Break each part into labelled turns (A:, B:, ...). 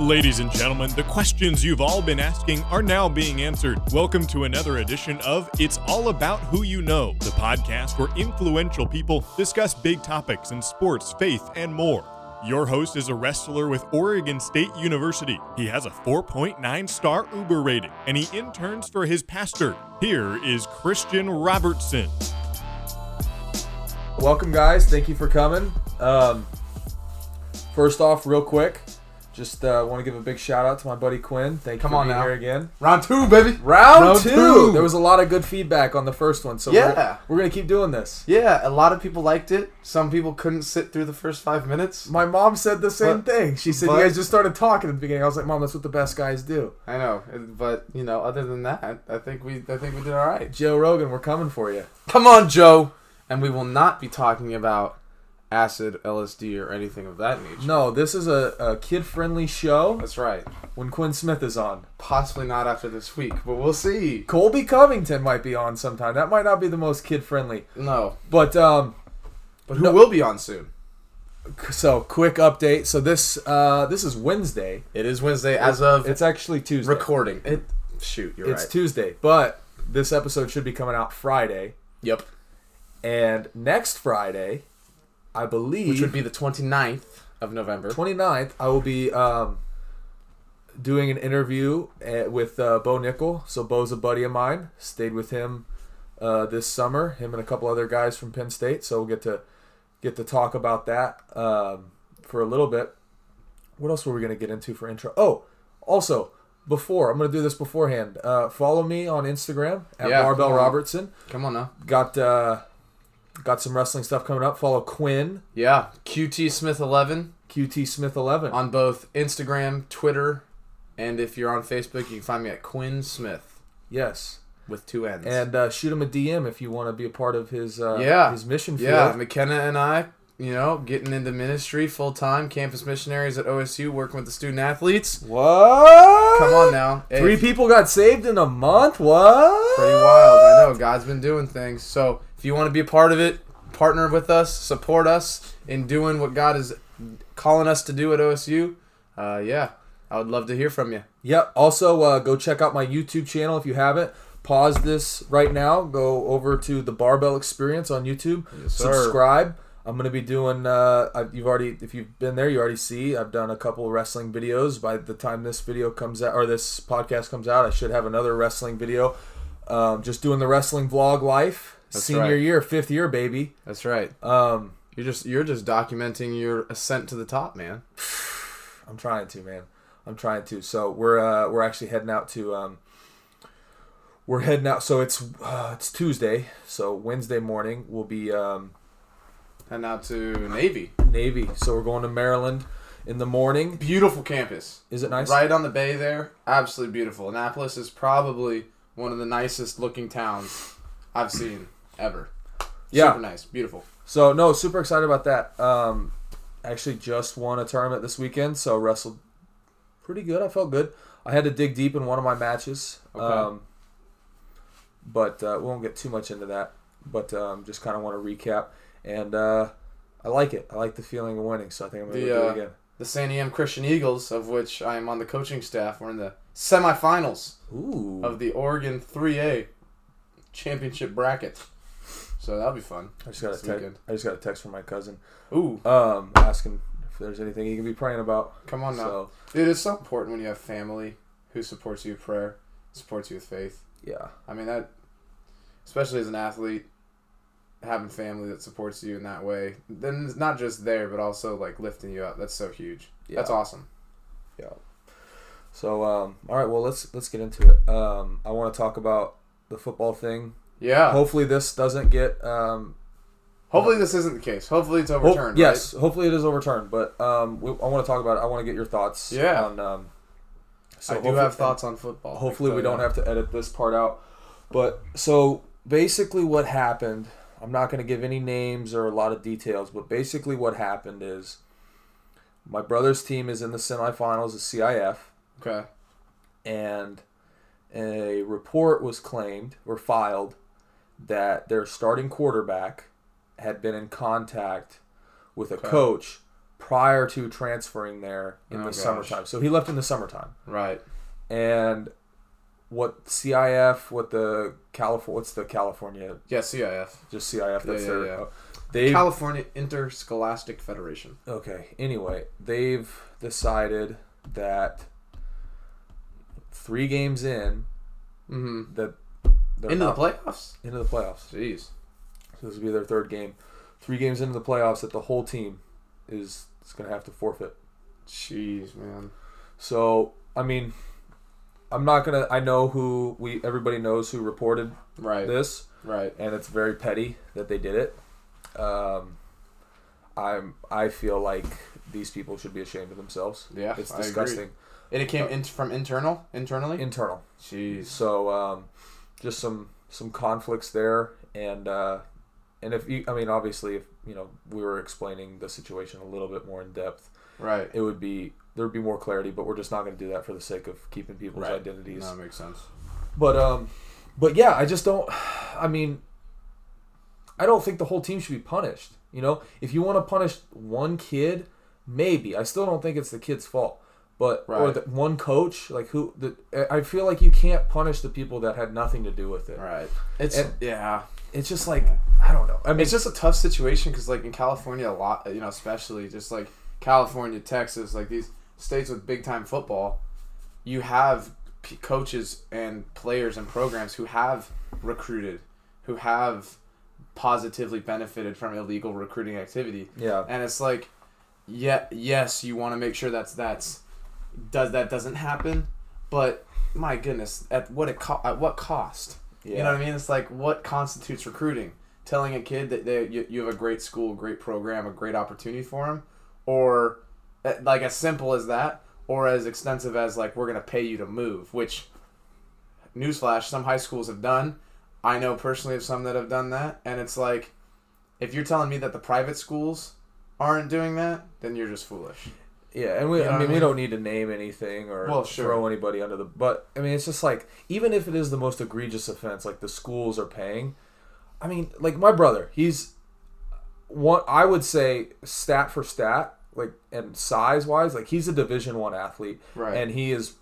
A: Ladies and gentlemen, the questions you've all been asking are now being answered. Welcome to another edition of It's All About Who You Know, the podcast where influential people discuss big topics in sports, faith, and more. Your host is a wrestler with Oregon State University. He has a 4.9 star Uber rating, and he interns for his pastor. Here is Christian Robertson.
B: Welcome, guys. Thank you for coming. Um, first off, real quick, just uh, want to give a big shout out to my buddy Quinn. Thank you
C: Come
B: for
C: on
B: being
C: now.
B: here again.
C: Round two, baby.
B: Round,
C: Round
B: two.
C: two.
B: There was a lot of good feedback on the first one, so
C: Yeah.
B: we're, we're gonna keep doing this.
C: Yeah, a lot of people liked it. Some people couldn't sit through the first five minutes.
B: My mom said the same
C: But-
B: thing. She said
C: but-
B: you guys just started talking at the beginning. I was like, Mom, that's what the best guys do.
C: I know, but you know, other than that, I think we, I think we did all right.
B: Joe Rogan, we're coming for you.
C: Come on, Joe. And we will not be talking about acid, LSD, or anything of that nature.
B: No, this is a, a kid friendly show
C: That's right.
B: when Quinn Smith is on.
C: Possibly not after this week, but we'll see.
B: Colby Covington might be on sometime. That might not be the most kid friendly.
C: No,
B: But um
C: but who
B: No.
C: will be on soon?
B: so quick update. So this uh this is Wednesday.
C: It is Wednesday as of
B: It's actually Tuesday.
C: recording. It. Shoot, you're
B: it's
C: right.
B: Tuesday, but this episode should be coming out Friday.
C: yep.
B: And next Friday, I believe
C: Which would be the 29th of November.
B: 29th, I will be um, doing an interview uh, with uh, Bo Nickel. So Bo's a buddy of mine. Stayed with him uh, this summer. Him and a couple other guys from Penn State. So we'll get to get to talk about that um, for a little bit. What else were we gonna get into for intro? Oh, also before I'm gonna do this beforehand. Uh, follow me on Instagram at
C: Yeah, Uh-huh.
B: Barbell
C: come on.
B: Robertson.
C: Come on now.
B: Got uh, got some wrestling stuff coming up. Follow Quinn
C: Yeah, QT Smith 11.
B: QT Smith Eleven.
C: on both Instagram, Twitter, and if you're on Facebook, you can find me at Quinn Smith
B: yes.
C: with two N's.
B: and uh, shoot him a DM if you want to be a part of his uh,
C: Yeah.
B: his mission field.
C: yeah, McKenna and I, you know, getting into ministry full time, campus missionaries at OSU, working with the student athletes.
B: What?
C: Come on now, Hey,
B: Three people got saved in a month. What?
C: pretty wild. I know God's been doing things. So if you want to be a part of it, partner with us, support us in doing what God is calling us to do at OSU. Uh, yeah, I would love to hear from you.
B: Yep. Also, uh, go check out my YouTube channel if you haven't. Pause this right now. Go over to the Barbell Experience on YouTube.
C: sir.
B: Subscribe. I'm gonna be doing. Uh, I've, you've already, if you've been there, you already see. I've done a couple wrestling videos. By the time this video comes out or this podcast comes out, I should have another wrestling video. Um, just doing the wrestling vlog life. Senior
C: right.
B: year, fifth year, baby.
C: That's right.
B: Um,
C: You're just you're just documenting your ascent to the top, man.
B: I'm trying to, man. I'm trying to. So we're uh, we're actually heading out to um, we're heading out. So it's uh, it's Tuesday. So Wednesday morning we'll be um,
C: Heading out to Navy.
B: Navy. So we're going to Maryland in the morning.
C: Beautiful campus.
B: Is it nice?
C: Right on the bay there. Absolutely beautiful. Annapolis is probably one of the nicest looking towns I've seen ever.
B: Yeah.
C: Super nice. Beautiful.
B: So no, super excited about that. Um, actually just won a tournament this weekend. So wrestled pretty good. I felt good. I had to dig deep in one of my matches.
C: Okay.
B: Um, but uh, we won't get too much into that. But um, just kind of want to recap, and uh, I like it. I like the feeling of winning, so I think I'm gonna
C: The,
B: go do
C: uh,
B: it again.
C: The San Diego Christian Eagles, of which I am on the coaching staff, were in the semifinals
B: Ooh,
C: of the Oregon 3A championship bracket. So that'll be fun.
B: I just got a
C: this
B: text.
C: weekend.
B: I just got a text from my cousin,
C: Ooh,
B: um, asking if there's anything he can be praying about.
C: come on now.
B: So
C: Dude, it's so important when you have family who supports you with prayer, supports you with faith.
B: yeah,
C: I mean that, especially as an athlete, having family that supports you in that way, then it's not just there, but also like lifting you up. That's so huge. That's
B: Yeah.
C: awesome.
B: So um, all right, well let's let's get into it. Um, I want to talk about the football thing.
C: Yeah.
B: Hopefully this doesn't get um,
C: Hopefully this isn't the case. Hopefully it's
B: ho-
C: overturned.
B: yes, hopefully it is overturned. But um, we, I want to talk about it. I want to get your thoughts.
C: Yeah.
B: On um,
C: Right? I do
B: hopefully-
C: have thoughts on football.
B: Hopefully we don't have to edit this part out. But so basically what happened, I'm not going to give any names or a lot of details, but basically what happened is my brother's team is in the semifinals of CIF.
C: uh, Okay.
B: and a report was claimed or filed that their starting quarterback had been in contact with a
C: Okay.
B: coach prior to transferring there in
C: Oh,
B: the
C: gosh.
B: summertime. So he left in the summertime
C: Right.
B: and what CIF, what the California, what's the California,
C: Yeah, CIF.
B: just CIF. That's
C: yeah,
B: their. uh,
C: yeah.
B: They've
C: California Interscholastic Federation.
B: okay. Anyway, they've decided that three games in
C: Mm-hmm.
B: that they're
C: Into the
B: not-
C: playoffs?
B: into the playoffs.
C: Jeez.
B: So this will be their third game. Three games into the playoffs, that the whole team is is going to have to forfeit.
C: Jeez, man.
B: So I mean, I'm not gonna. I know who we. Everybody knows who reported
C: Right.
B: this.
C: Right.
B: and it's very petty that they did it. Um, I'm I feel like these people should be ashamed of themselves.
C: Yeah,
B: it's
C: I agree.
B: disgusting.
C: And it
B: Oh.
C: came in from internal, internally.
B: Internal,
C: Jeez.
B: so um, just some some conflicts there, and uh, and if you, I mean, obviously, if you know, we were explaining the situation a little bit more in depth,
C: Right.
B: it would be there'd be more clarity. But we're just not going to do that for the sake of keeping people's
C: Right.
B: identities.
C: No, that makes sense.
B: But um, but yeah, I just don't. I mean, I don't think the whole team should be punished. You know, if you want to punish one kid, maybe I still don't think it's the kid's fault. But or
C: Right.
B: the, one coach, like who, the, I I feel like you can't punish the people that had nothing to do with it.
C: Right. It's
B: And-
C: yeah.
B: It's just like I don't know. I mean,
C: It's just a tough situation because, like, in California, a lot, you know, especially just like California, Texas, like these states with big time football, you have p- coaches and players and programs who have recruited, who have positively benefited from illegal recruiting activity.
B: yeah,
C: And it's like, yeah, yes, you want to make sure that's that's does that doesn't happen, but my goodness, at what it co- at what cost? You
B: Yeah.
C: know what I mean? It's like what constitutes recruiting? Telling a kid that they, you, you have a great school, great program, a great opportunity for him, or uh, like as simple as that, or as extensive as like we're gonna pay you to move, which newsflash, some high schools have done. I know personally of some that have done that, and it's like, if you're telling me that the private schools aren't doing that, then you're just foolish.
B: yeah. And we,
C: know
B: I
C: what
B: mean,
C: I
B: we
C: mean?
B: don't need to name anything or
C: Well, sure.
B: throw anybody under the. But I mean, it's just like even if it is the most egregious offense, like the schools are paying. I mean, like my brother, he's one. I would say stat for stat, like and size wise, like he's a Division One athlete,
C: Right.
B: And he is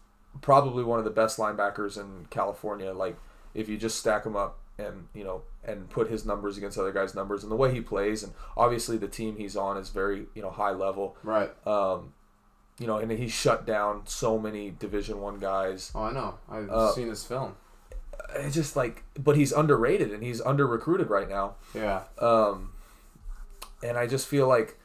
B: probably one of the best linebackers in California. Like if you just stack him up and you know and put his numbers against other guys' numbers and the way he plays, and obviously the team he's on is very you know high level,
C: Right.
B: you know, and he shut down so many Division One guys.
C: oh, I know. I've
B: Uh,
C: seen this film.
B: It's just like, but he's underrated and he's under recruited right now.
C: Yeah.
B: uh, and I just feel like,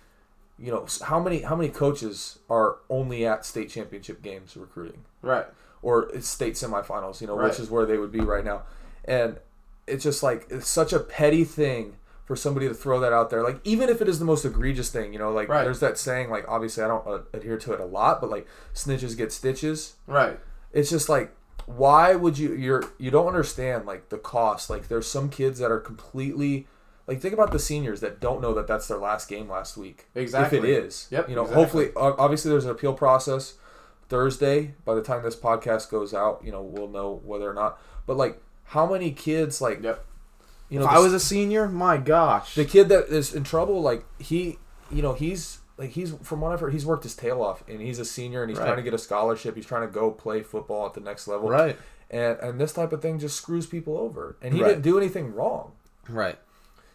B: you know, s- how many how many coaches are only at state championship games recruiting
C: right.
B: or it's state semifinals, you know, which
C: Right.
B: is where they would be right now, and it's just like it's such a petty thing for somebody to throw that out there. Like even if it is the most egregious thing, you know, like
C: Right.
B: there's that saying. Like obviously I don't uh, adhere to it a lot, but like snitches get stitches.
C: Right.
B: it's just like why would you you're you don't understand like the cost like there's some kids that are completely like think about the seniors that don't know that that's their last game last week if it
C: Exactly.
B: is
C: Yep,
B: you know
C: exactly.
B: hopefully ob- obviously there's an appeal process thursday by the time this podcast goes out you know we'll know whether or not but like how many kids like
C: Yep.
B: you know
C: If I
B: the-
C: was a senior, my gosh.
B: the kid that is in trouble like he you know he's like he's from what I've heard, he's worked his tail off and he's a senior and he's
C: Right.
B: trying to get a scholarship he's trying to go play football at the next level
C: Right.
B: and and this type of thing just screws people over and he
C: Right.
B: didn't do anything wrong
C: Right.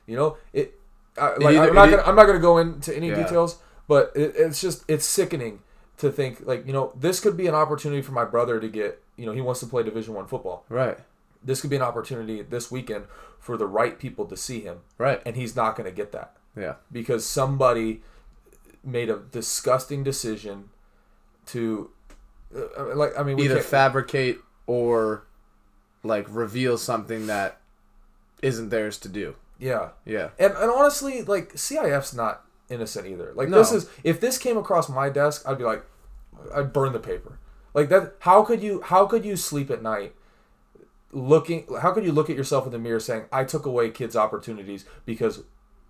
B: you know it I, like,
C: either-
B: I'm not
C: it-
B: gonna I'm not gonna go into any
C: Yeah.
B: details but it, it's just it's sickening to think like you know this could be an opportunity for my brother to get you know he wants to play division one football
C: Right.
B: this could be an opportunity this weekend for the right people to see him
C: Right.
B: and he's not gonna get that
C: Yeah.
B: because somebody made a disgusting decision to uh, like I mean we
C: Either
B: can't-
C: fabricate or like reveal something that isn't theirs to do.
B: yeah
C: Yeah.
B: and and honestly like CIF's not innocent either like
C: No.
B: this is if this came across my desk I'd be like I'd burn the paper like that how could you how could you sleep at night looking how could you look at yourself in the mirror saying I took away kids opportunities because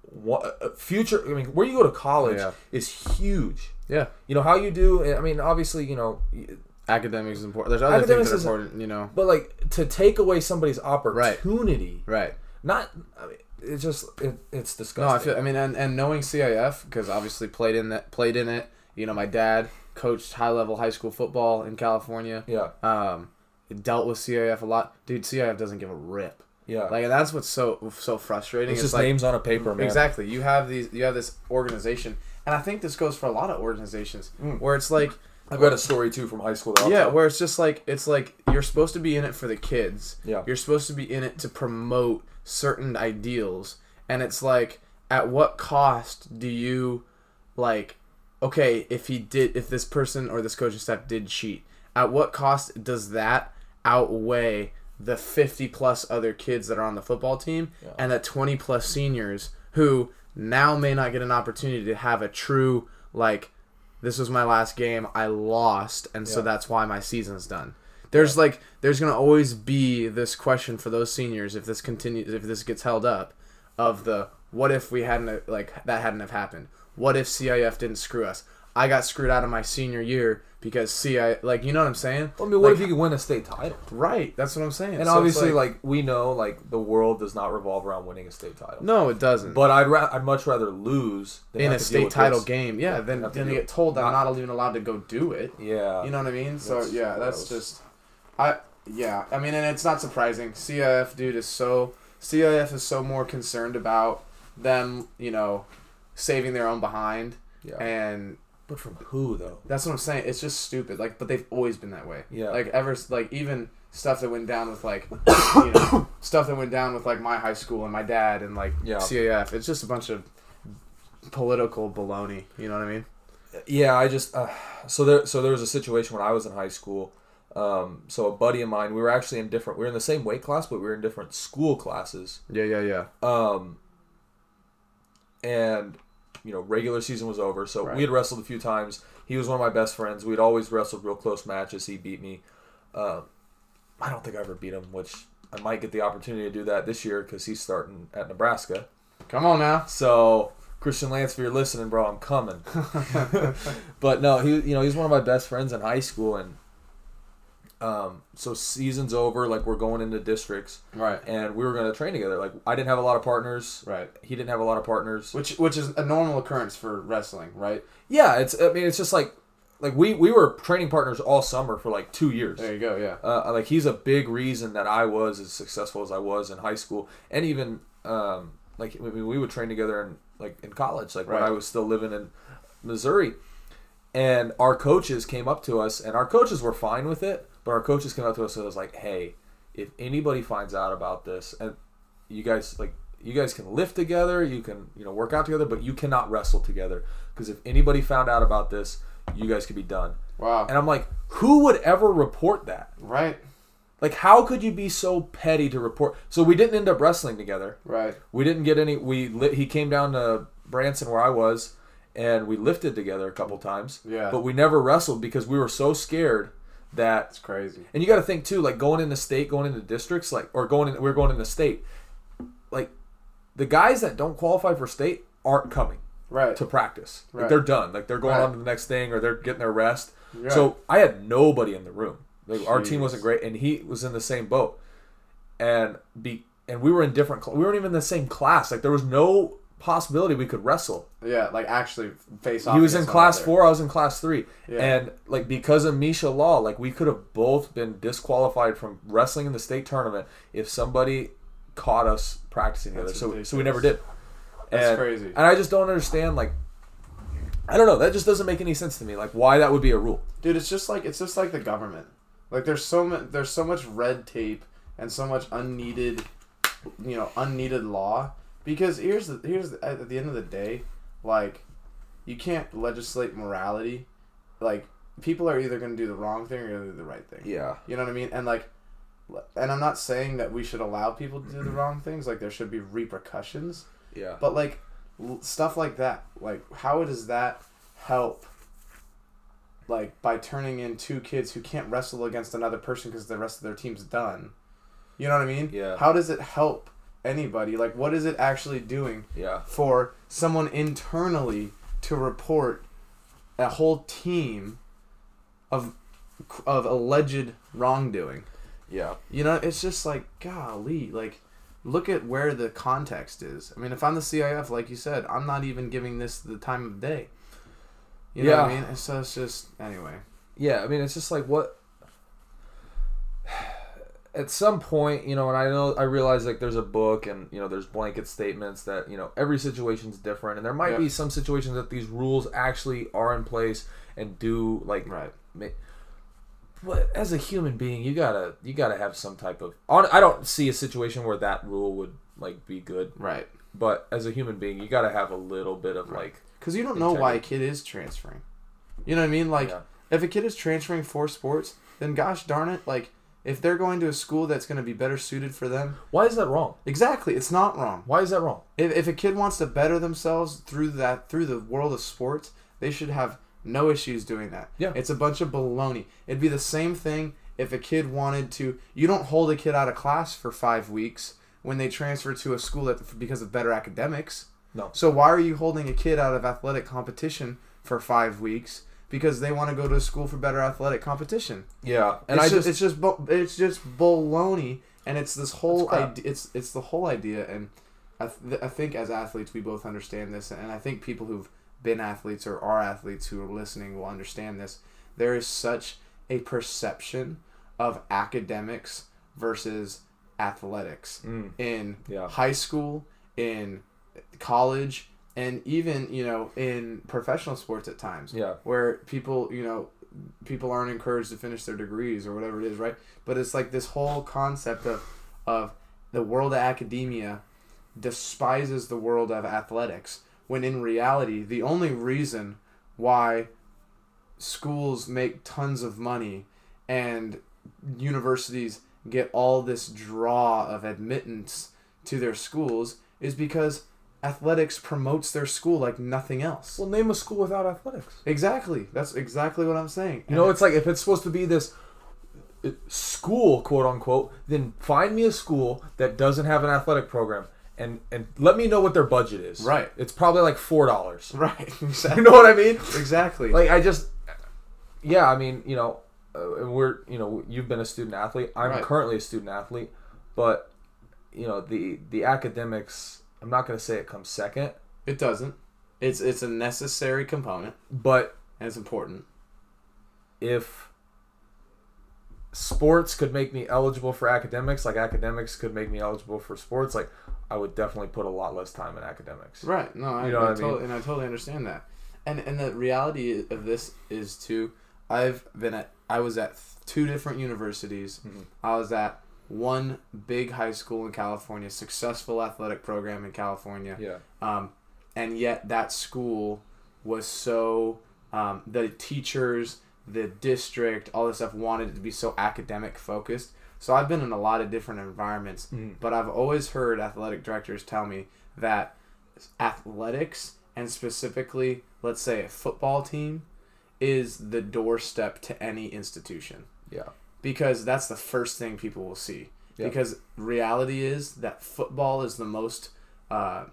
B: what future I mean where you go to college
C: Yeah.
B: is huge
C: Yeah.
B: you know how you do I mean obviously you know
C: Academics is important. There's other
B: Academics
C: things
B: is-
C: that are important, you know.
B: But like to take away somebody's opportunity,
C: Right.
B: not I mean, it just it, it's disgusting.
C: No, I feel. I mean, and, and knowing CIF because obviously played in that played in it. You know, my dad coached high level high school football in California.
B: yeah,
C: Um, dealt with CIF a lot, dude. CIF doesn't give a rip.
B: yeah.
C: Like, and that's what's so so frustrating.
B: it's
C: It's
B: just
C: like,
B: names on a paper, man.
C: Exactly. You have these. You have this organization, and I think this goes for a lot of organizations
B: Mm.
C: where it's like,
B: I've got a story too from high school. That I'll
C: yeah,
B: tell.
C: where it's just like it's like you're supposed to be in it for the kids.
B: Yeah.
C: You're supposed to be in it to promote certain ideals, and it's like, at what cost do you, like, okay, if he did, if this person or this coaching staff did cheat, at what cost does that outweigh? the 50 plus other kids that are on the football team and the 20 plus seniors who now may not get an opportunity to have a true like this was my last game i lost and so
B: Yeah.
C: that's why my season's done there's like there's gonna always be this question for those seniors if this continues if this gets held up of the what if we hadn't like that hadn't have happened what if cif didn't screw us i got screwed out of my senior year because ci like you know what i'm saying
B: I mean, what
C: Like,
B: if you could win a state title?
C: right that's what i'm saying
B: And
C: So it's
B: obviously, like, we know, like the world does not revolve around winning a state title.
C: no it doesn't
B: But I'd ra- I'd much rather lose than
C: in
B: have
C: a
B: to deal
C: state
B: with
C: title
B: this.
C: game, yeah, then
B: have to
C: then
B: do
C: they
B: it.
C: get told I'm
B: Not-
C: not even allowed to go do it.
B: Yeah,
C: You know what I mean? So
B: That's
C: yeah, that's
B: gross.
C: just I yeah. I mean, and it's not surprising. CIF dude is so CIF is so more concerned about them, you know, saving their own behind,
B: Yeah.
C: and
B: but from who though?
C: that's what I'm saying. It's just stupid. Like, but they've always been that way.
B: Yeah.
C: Like ever, s- like even stuff that went down with like, you know, stuff that went down with like my high school and my dad and like
B: Yeah.
C: CAF. It's just a bunch of political baloney. You know what I mean?
B: Yeah, I just uh, so there so there was a situation when I was in high school. Um, so a buddy of mine, we were actually in different. We were in the same weight class, but we were in different school classes.
C: Yeah, yeah, yeah.
B: Um, and you know, regular season was over, so
C: Right.
B: we had wrestled a few times. He was one of my best friends. We'd always wrestled real close matches. He beat me. Um, I don't think I ever beat him, which I might get the opportunity to do that this year because he's starting at Nebraska.
C: Come on now.
B: So Christian Lance, if you're listening, bro, I'm coming. but no, he you know he's one of my best friends in high school, and um, so season's over. Like we're going into districts,
C: Right.
B: and we were going to train together. Like I didn't have a lot of partners.
C: Right.
B: He didn't have a lot of partners.
C: Which which is a normal occurrence for wrestling, right?
B: Yeah, it's I mean it's just like like we we were training partners all summer for like two years.
C: There you go. Yeah.
B: uh, like he's a big reason that I was as successful as I was in high school, and even um, like I mean, we would train together in like in college, like when
C: Right.
B: I was still living in Missouri, and our coaches came up to us, and our coaches were fine with it, but our coaches came up to us and was like, "Hey, if anybody finds out about this, and you guys like." You guys can lift together, you can you know work out together, but you cannot wrestle together because if anybody found out about this, you guys could be done.
C: Wow.
B: And I'm like, who would ever report that?
C: right.
B: Like, how could you be so petty to report? So we didn't end up wrestling together.
C: Right.
B: We didn't get any. We li- he came down to Branson where I was, and we lifted together a couple times.
C: Yeah.
B: But we never wrestled because we were so scared that.
C: It's crazy.
B: And you got to think too, like going into state, going into districts, like or going in, we we're going into state, like the guys that don't qualify for state aren't coming
C: Right.
B: to practice. Like
C: Right.
B: they're done. Like they're going
C: Right.
B: on to the next thing or they're getting their rest.
C: Right.
B: So I had nobody in the room. Like our team
C: Jeez.
B: wasn't great, and he was in the same boat. And be and we were in different. Cl- we weren't even in the same class. Like there was no possibility we could wrestle.
C: yeah. Like actually face off.
B: He was in
C: against one
B: class
C: another.
B: four. I was in class three.
C: Yeah.
B: And like because of Misha Law, like we could have both been disqualified from wrestling in the state tournament if somebody caught us practicing together.
C: That's
B: So so we never
C: ridiculous.
B: did.
C: That's
B: And-
C: crazy.
B: And I just don't understand. Like I don't know. That just doesn't make any sense to me. Like why that would be a rule.
C: dude it's just like it's just like the government like there's so much there's so much red tape and so much unneeded you know unneeded law because here's the here's the, at the end of the day like you can't legislate morality like people are either going to do the wrong thing or they're gonna do the right thing
B: Yeah.
C: you know what i mean and like and i'm not saying that we should allow people to do the wrong things like there should be repercussions
B: Yeah.
C: but like l- stuff like that, like how does that help? Like by turning in two kids who can't wrestle against another person because the rest of their team's done. You know what I mean?
B: Yeah.
C: How does it help anybody? Like, what is it actually doing
B: yeah.
C: for someone internally to report a whole team of of alleged wrongdoing?
B: Yeah.
C: You know, it's just like golly, like look at where the context is. I mean, if I'm the CIF, like you said, I'm not even giving this the time of day. You know what I
B: Yeah.
C: mean? And So it's just anyway.
B: yeah i mean it's just like what at some point you know and i know i realize like there's a book and you know there's blanket statements that you know every situation's different and there might
C: Yeah.
B: be some situations that these rules actually are in place and do like
C: Right.
B: ma- but as a human being you gotta you gotta have some type of on i don't see a situation where that rule would like be good
C: Right.
B: but as a human being you gotta have a little bit of like
C: Because you don't know why a kid is transferring. You know what I mean? Like,
B: Yeah.
C: if a kid is transferring for sports, then gosh darn it, like, if they're going to a school that's going to be better suited for them,
B: why is that wrong
C: exactly, it's not wrong.
B: why is that wrong
C: If, if a kid wants to better themselves through that through the world of sports, they should have no issues doing that.
B: Yeah.
C: It's a bunch of baloney. It'd be the same thing if a kid wanted to you don't hold a kid out of class for 5 weeks when they transfer to a school that because of better academics.
B: no
C: So why are you holding a kid out of athletic competition for 5 weeks because they want to go to a school for better athletic competition?
B: yeah and i
C: it's ju-
B: just
C: it's just bu- it's just baloney, and it's this whole
B: It's crap.
C: idea. It's it's the whole idea, and I, th- I think as athletes we both understand this, and I think people who've been athletes or are athletes who are listening will understand this. There is such a perception of academics versus athletics
B: Mm.
C: in
B: Yeah.
C: high school, in college, and even you know in professional sports at times
B: Yeah.
C: where people you know people aren't encouraged to finish their degrees or whatever it is right but it's like this whole concept of of the world of academia despises the world of athletics when in reality the only reason why schools make tons of money and universities get all this draw of admittance to their schools is because athletics promotes their school like nothing else
B: Well, name a school without athletics.
C: Exactly. That's exactly what I'm saying.
B: You know, it's like if it's supposed to be this uh, school, quote unquote, then find me a school that doesn't have an athletic program and and let me know what their budget is.
C: Right.
B: It's probably like four dollars.
C: right. Exactly.
B: You know what I mean?
C: exactly.
B: Like I just, yeah, I mean, you know, uh, and we're you know you've been a student athlete. I'm
C: Right.
B: currently a student athlete, but you know the the academics. I'm not gonna say it comes second,
C: it doesn't. It's it's a necessary component
B: but
C: and it's important.
B: if sports could make me eligible for academics, like academics could make me eligible for sports, like I would definitely put a lot less time in academics.
C: Right. No, I,
B: You know
C: I
B: what I
C: totally,
B: mean?
C: and I totally understand that. And and the reality of this is too I've been at I was at two different universities.
B: Mm-hmm.
C: I was at one big high school in California, successful athletic program in California.
B: Yeah.
C: um, and yet that school was so um, the teachers the district all this stuff wanted it to be so academic focused so i've been in a lot of different environments but i've always heard athletic directors tell me that athletics and specifically let's say a football team is the doorstep to any institution
B: Yeah.
C: because that's the first thing people will see.
B: Yeah.
C: Because reality is that football is the most, uh,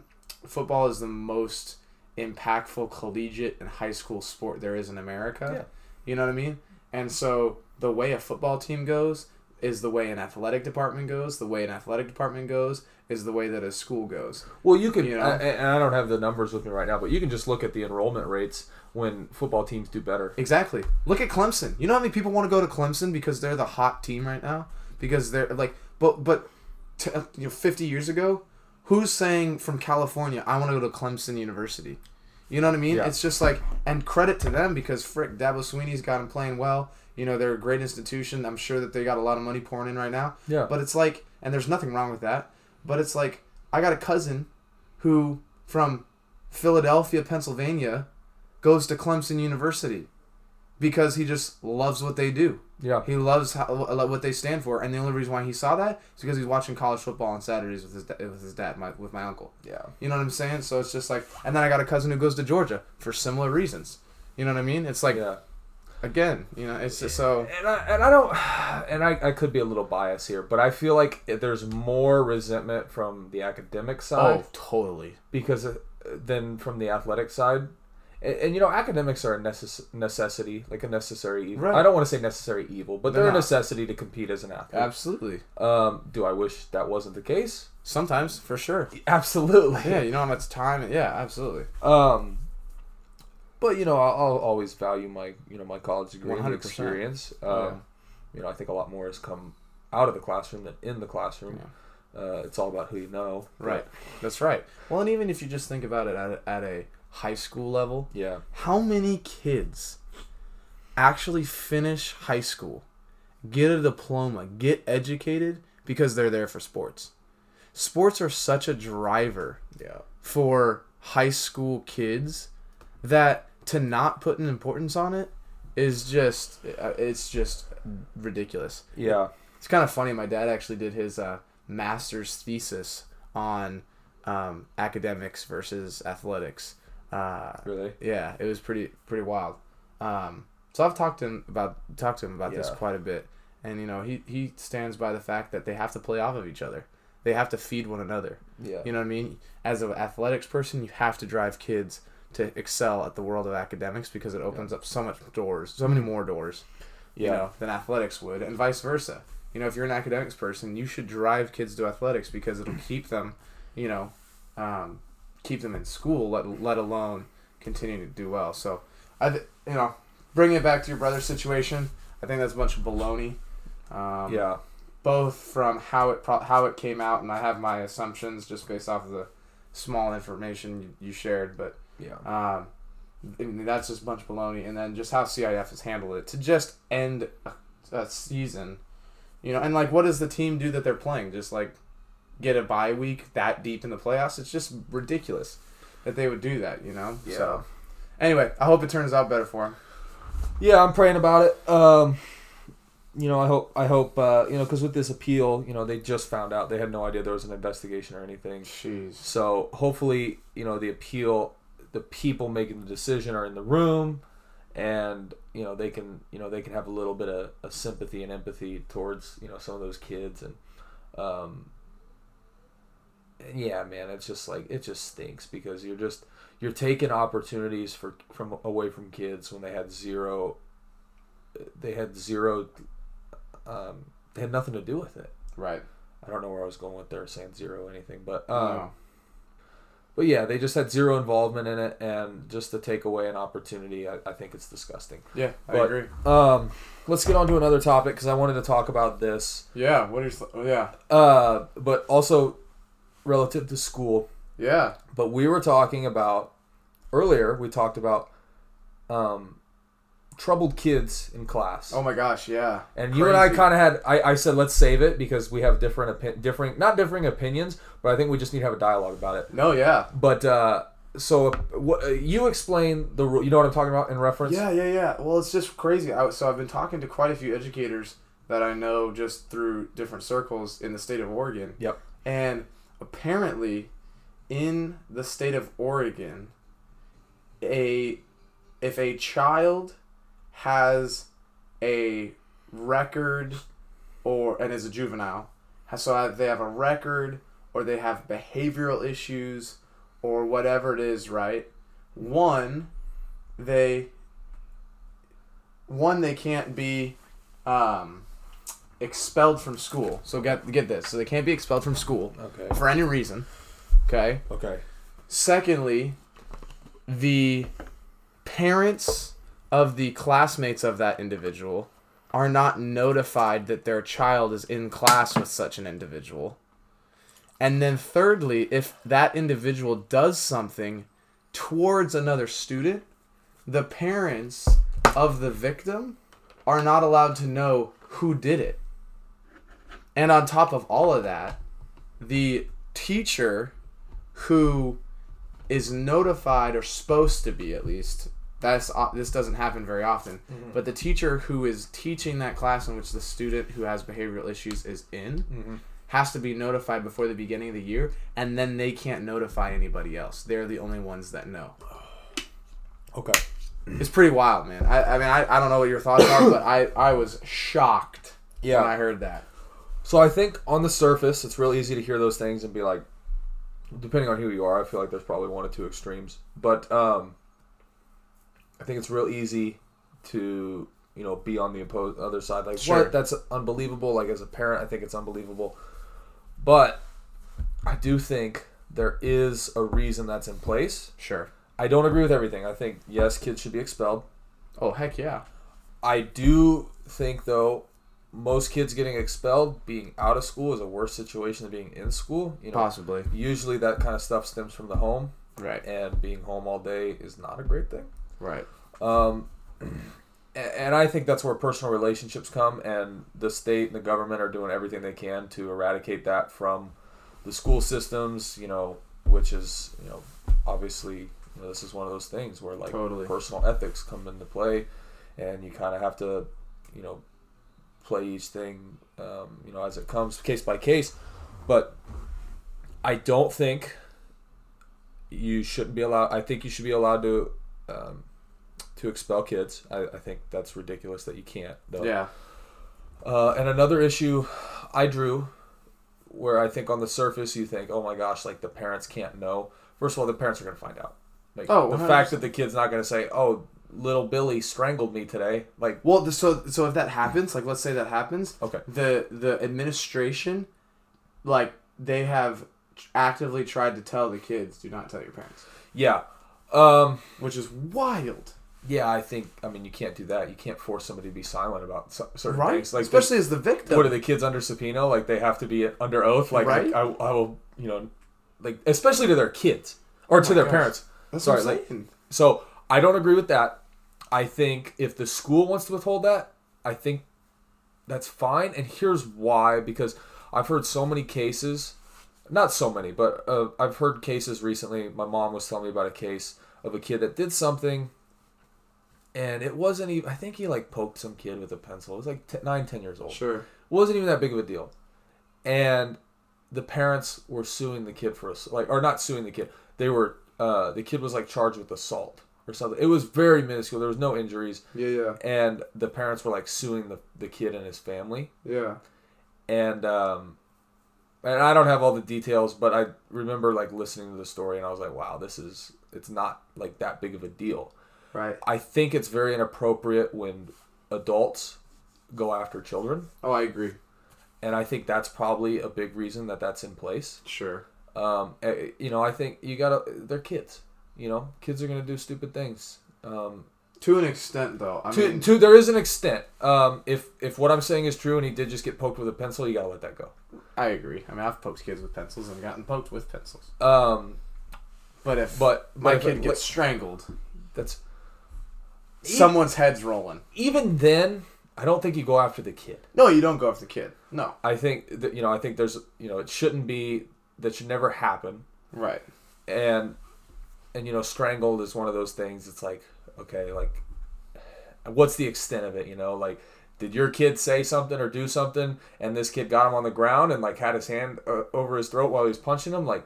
C: football is the most impactful collegiate and high school sport there is in America.
B: Yeah.
C: You know what I mean? And so the way a football team goes is the way an athletic department goes. The way an athletic department goes is the way that a school goes.
B: Well, you can,
C: You know?
B: I- and I don't have the numbers with me right now, but you can just look at the enrollment rates when football teams do better.
C: Exactly. Look at Clemson. You know how many people want to go to Clemson because they're the hot team right now? Because they're like, but but t- uh, you know, 50 years ago, who's saying from California, I want to go to Clemson University? You know what I mean?
B: Yeah.
C: It's just like, and credit to them because frick, Dabo Sweeney's got them playing well. You know, they're a great institution. I'm sure that they got a lot of money pouring in right now.
B: Yeah.
C: But it's like, and there's nothing wrong with that. But it's like, I got a cousin who from Philadelphia, Pennsylvania, goes to Clemson University because he just loves what they do.
B: Yeah.
C: He loves how, what they stand for, and the only reason why he saw that is because he's watching college football on Saturdays with his da- with his dad, my, with my uncle.
B: Yeah.
C: You know what I'm saying? So it's just like, and then I got a cousin who goes to Georgia for similar reasons. You know what I mean? It's like
B: Yeah.
C: again, you know, it's just so
B: And I, and I don't, and I, I could be a little biased here, but I feel like there's more resentment from the academic side.
C: totally
B: because uh, than from the athletic side. and, and, you know academics are a necess- necessity like a necessary evil
C: Right.
B: i don't want to say necessary evil but
C: They're
B: they're, a
C: not.
B: necessity to compete as an athlete
C: Absolutely.
B: um, do i wish that wasn't the case
C: Sometimes, for sure.
B: absolutely
C: Yeah, you know how much time. Yeah, absolutely.
B: um, but you know I'll, I'll always value my you know my college degree and the
C: 100%.
B: experience um,
C: Yeah.
B: you know i think a lot more has come out of the classroom than in the classroom uh, it's all about who you know
C: Right. That's right. Well, and even if you just think about it at a, at a high school level,
B: yeah
C: how many kids actually finish high school, get a diploma, get educated because they're there for sports? Sports are such a driver
B: yeah
C: for high school kids that to not put an importance on it is just uh, it's just ridiculous.
B: yeah
C: It's kind of funny. My dad actually did his uh, master's thesis on um, academics versus athletics. Uh,
B: really
C: yeah, it was pretty pretty wild. Um, so I've talked to him about talked to him about this
B: Yeah.
C: quite a bit, and you know he he stands by the fact that they have to play off of each other. They have to feed one another.
B: yeah
C: You know what I mean? As an athletics person, you have to drive kids to excel at the world of academics because it opens up so much doors, so many more doors, you
B: Yeah.
C: know, than athletics would, and vice versa. You know, if you're an academics person, you should drive kids to athletics because it'll keep them, you know, um, keep them in school, let let alone continue to do well. So, I th- you know, bringing it back to your brother's situation, I think that's a bunch of baloney. Um,
B: yeah
C: both from how it pro- how it came out, and I have my assumptions just based off of the small information you, you shared. But
B: yeah
C: um, I mean, that's just a bunch of baloney, and then just how CIF has handled it to just end a, a season, you know, and like what does the team do that they're playing? Just like get a bye week that deep in the playoffs? It's just ridiculous that they would do that, you know.
B: Yeah.
C: So anyway, I hope it turns out better for him.
B: Yeah, I'm praying about it. Um, you know, I hope I hope uh, you know because with this appeal, you know, they just found out they had no idea there was an investigation or anything.
C: Jeez.
B: So hopefully, you know, the appeal, the people making the decision are in the room, and you know they can you know they can have a little bit of, of sympathy and empathy towards you know some of those kids and. Um, and yeah, man, it's just like it just stinks because you're just you're taking opportunities for from away from kids when they had zero they had zero um, they had nothing to do with it
C: Right.
B: i don't know where i was going with there saying zero or anything but um,
C: No.
B: but yeah they just had zero involvement in it and just to take away an opportunity i, I think it's disgusting
C: Yeah, I
B: but-
C: agree.
B: um, let's get on to another topic because i wanted to talk about this
C: Yeah. What is? Yeah.
B: uh, but also relative to school
C: Yeah.
B: but we were talking about earlier we talked about um, troubled kids in class
C: Oh my gosh, yeah.
B: And you and I
C: Crazy.
B: kind of had. I, I said let's save it because we have different opi- differing not differing opinions, but I think we just need to have a dialogue about it.
C: No, yeah.
B: But uh, so what uh, you explain the rule? You know what I'm talking about in reference?
C: Yeah, yeah, yeah. Well, it's just crazy. I, so I've been talking to quite a few educators that I know just through different circles in the state of Oregon.
B: Yep.
C: And apparently in the state of Oregon, a if a child has a record or and is a juvenile, has- so have- they have a record or they have behavioral issues or whatever it is, right? One, they one they can't be um, expelled from school. So get get this. So they can't be expelled from school
B: Okay.
C: for any reason. Okay.
B: Okay.
C: Secondly, the parents of the classmates of that individual are not notified that their child is in class with such an individual. And then thirdly, if that individual does something towards another student, the parents of the victim are not allowed to know who did it. And on top of all of that, the teacher who is notified or supposed to be at least that's uh, this doesn't happen very often but the teacher who is teaching that class in which the student who has behavioral issues is in has to be notified before the beginning of the year and then they can't notify anybody else they're the only ones that know
B: Okay.
C: it's pretty wild man i, I mean I, I don't know what your thoughts are but i i was shocked
B: Yeah.
C: when i heard that
B: So I think on the surface, it's real easy to hear those things and be like, depending on who you are, I feel like there's probably one or two extremes. But um, I think it's real easy to you know be on the opposed other side. Like
C: Sure.
B: what? That's unbelievable. Like as a parent, I think it's unbelievable. But I do think there is a reason that's in place.
C: Sure.
B: I don't agree with everything. I think yes, kids should be expelled.
C: Oh heck yeah.
B: I do think though most kids getting expelled being out of school is a worse situation than being in school. You know,
C: Possibly.
B: usually that kind of stuff stems from the home,
C: Right.
B: and being home all day is not a great thing.
C: Right.
B: Um, a- and I think that's where personal relationships come, and the state and the government are doing everything they can to eradicate that from the school systems. You know, which is you know obviously you know, this is one of those things where like
C: Totally.
B: personal ethics come into play, and you kind of have to you know play each thing um, you know as it comes case by case, but I don't think you shouldn't be allowed. I think you should be allowed to um, to expel kids. I, I think that's ridiculous that you can't. Though.
C: Yeah.
B: Uh, and another issue I drew, where I think on the surface you think, oh my gosh, like the parents can't know. First of all, the parents are going to find out. Like
C: Oh,
B: the
C: 100%.
B: fact that the kid's not going to say, oh, little Billy strangled me today. Like
C: Well, the, so so if that happens, like let's say that happens,
B: okay,
C: the the administration, like they have actively tried to tell the kids, do not tell your parents,
B: yeah, um,
C: which is wild,
B: yeah. I think I mean you can't do that. You can't force somebody to be silent about so- certain
C: right?
B: things. Like
C: Especially as the victim.
B: what are the kids under subpoena? Like they have to be under oath. Like
C: Right?
B: I, I, I will, you know, like especially to their kids or to their
C: Oh gosh.
B: parents.
C: That's
B: Sorry,
C: what I'm
B: like-
C: saying.
B: So I don't agree with that. I think if the school wants to withhold that, I think that's fine. And here's why: because I've heard so many cases, not so many, but uh, I've heard cases recently. My mom was telling me about a case of a kid that did something, and it wasn't even. I think he like poked some kid with a pencil. It was like t- nine, ten years old
C: Sure.
B: wasn't even that big of a deal, and the parents were suing the kid for ass- like or not suing the kid. They were uh, the kid was like charged with assault or something. It was very minuscule. There was no injuries,
C: Yeah, yeah,
B: and the parents were like suing the the kid and his family.
C: yeah.
B: And um, and I don't have all the details, but I remember like listening to the story, and I was like, wow, this is it's not like that big of a deal.
C: Right.
B: I think it's very inappropriate when adults go after children
C: Oh, I agree.
B: and I think that's probably a big reason that that's in place.
C: Sure.
B: Um, eh, you know, I think you gotta. They're kids. You know, kids are gonna do stupid things. Um,
C: To an extent, though. I
B: to,
C: mean,
B: to there is an extent. Um, if if what I'm saying is true, and he did just get poked with a pencil, you gotta let that go.
C: I agree. I mean, I've poked kids with pencils and gotten poked with pencils.
B: Um,
C: But if
B: But-
C: my
B: but-
C: kid
B: but-
C: gets strangled,
B: that's
C: someone's head's rolling.
B: even then. I don't think you go after the kid.
C: No, you don't go after the kid. No.
B: I think that you know. I think there's you know. It shouldn't be. That should never happen.
C: Right.
B: and and you know strangled is one of those things it's like okay like what's the extent of it you know like did your kid say something or do something and this kid got him on the ground and like had his hand uh, over his throat while he was punching him like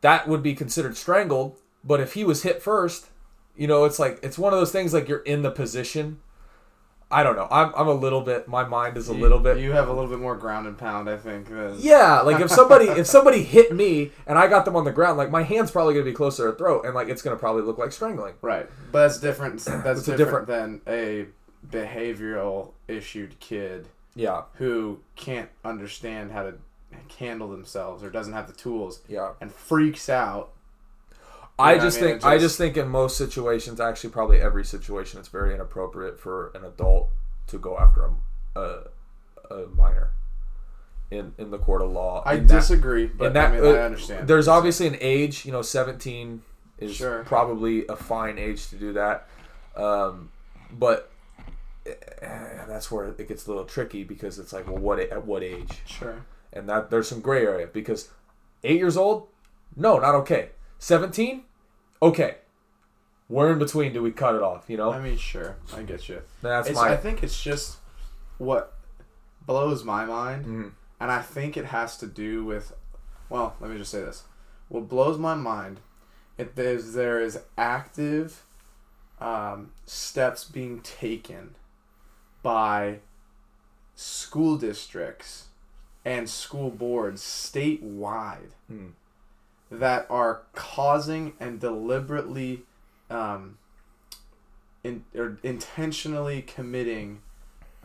B: that would be considered strangled but if he was hit first you know it's like it's one of those things like you're in the position i don't know i'm, I'm a little bit my mind is a
C: You-
B: little bit
C: You have a little bit more ground and pound, I think. Than,
B: yeah, like if somebody if somebody hit me and I got them on the ground, like my hand's probably gonna be close to their throat, and like it's gonna probably look like strangling.
C: Right, but that's different. That's
B: It's a
C: different, than a behavioral issued kid
B: Yeah,
C: who can't understand how to handle themselves or doesn't have the tools
B: yeah.
C: and freaks out.
B: I
C: Yeah, I
B: just
C: mean,
B: think
C: it
B: I
C: just-
B: just think in most situations, actually probably every situation, it's very inappropriate for an adult to go after a a, a minor in in the court of law.
C: I
B: In that-
C: disagree, but
B: in that-
C: I mean,
B: uh,
C: I understand.
B: There's obviously an age, you know, 17 is
C: Sure.
B: probably a fine age to do that, um, but. eh, That's where it gets a little tricky because it's like, well, what a- at what age?
C: sure.
B: and that there's some gray area because eight years old, no, not okay. Seventeen, okay. Where in between do we cut it off? You know,
C: I mean, sure. I get you.
B: that's
C: It's-
B: my
C: I think it's just what blows my mind,
B: Mm-hmm.
C: and I think it has to do with. Well, let me just say this: what blows my mind, it is there is active um, steps being taken by school districts and school boards statewide
B: Mm.
C: that are causing and deliberately um, in, or intentionally committing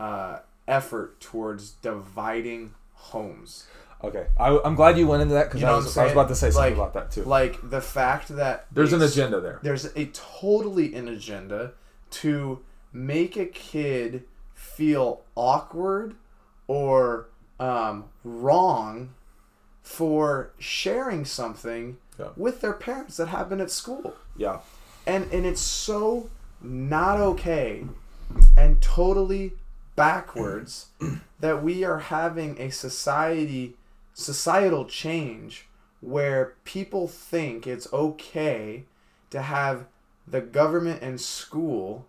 C: uh, effort towards dividing homes.
D: Okay, I, I'm glad you went into that because
C: You
D: I,
C: know
D: was-
C: what I'm
D: I was about to say
C: saying?
D: something
C: Like-
D: about that too.
C: Like the fact that
B: There's an
C: it's-
B: agenda there.
C: There's a totally an agenda to make a kid feel awkward or um, wrong for sharing something
B: Yeah.
C: with their parents that happened at school
D: yeah,
C: and and it's so not okay and totally backwards that we are having a society societal change where people think it's okay to have the government and school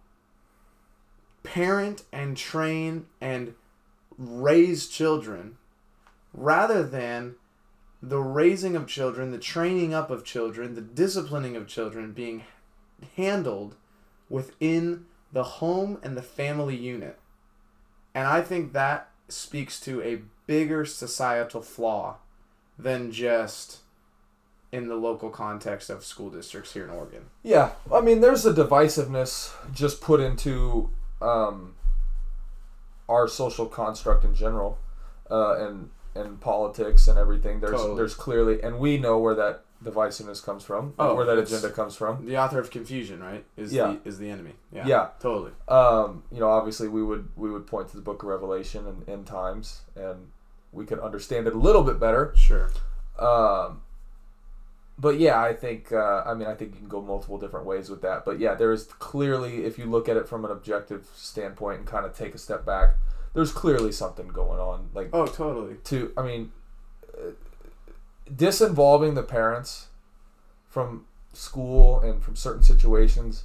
C: parent and train and raise children rather than the raising of children, the training up of children, the disciplining of children being handled within the home and the family unit. And I think that speaks to a bigger societal flaw than just in the local context of school districts here in Oregon.
B: Yeah, I mean, there's a divisiveness just put into um, our social construct in general, uh, and and politics and everything. There's
C: Totally.
B: there's clearly, and we know where that divisiveness comes from,
C: Oh,
B: where that
C: it's-
B: agenda comes from.
C: The author of confusion, right? Is
B: Yeah.
C: the is the enemy. Yeah.
B: Yeah.
C: Totally.
B: Um, you know, obviously, we would we would point to the Book of Revelation and end times, and we could understand it a little bit better.
C: Sure.
B: Um, but yeah, I think uh, I mean I think you can go multiple different ways with that. But yeah, there is clearly if you look at it from an objective standpoint and kind of take a step back, there's clearly something going on. Like
C: Oh, totally.
B: to I mean, uh, disinvolving the parents from school and from certain situations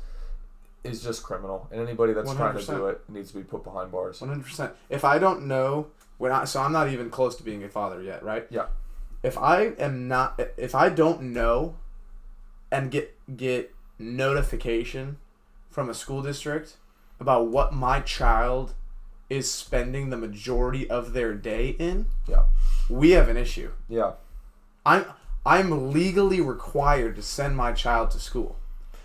B: is just criminal, and anybody that's trying to do
C: 100%.
B: it needs to be put behind bars.
C: One hundred percent. If I don't know when I so I'm not even close to being a father yet, right?
B: Yeah.
C: If I am not, if I don't know, and get get notification from a school district about what my child is spending the majority of their day in,
B: Yeah,
C: we have an issue.
B: yeah,
C: I'm I'm legally required to send my child to school.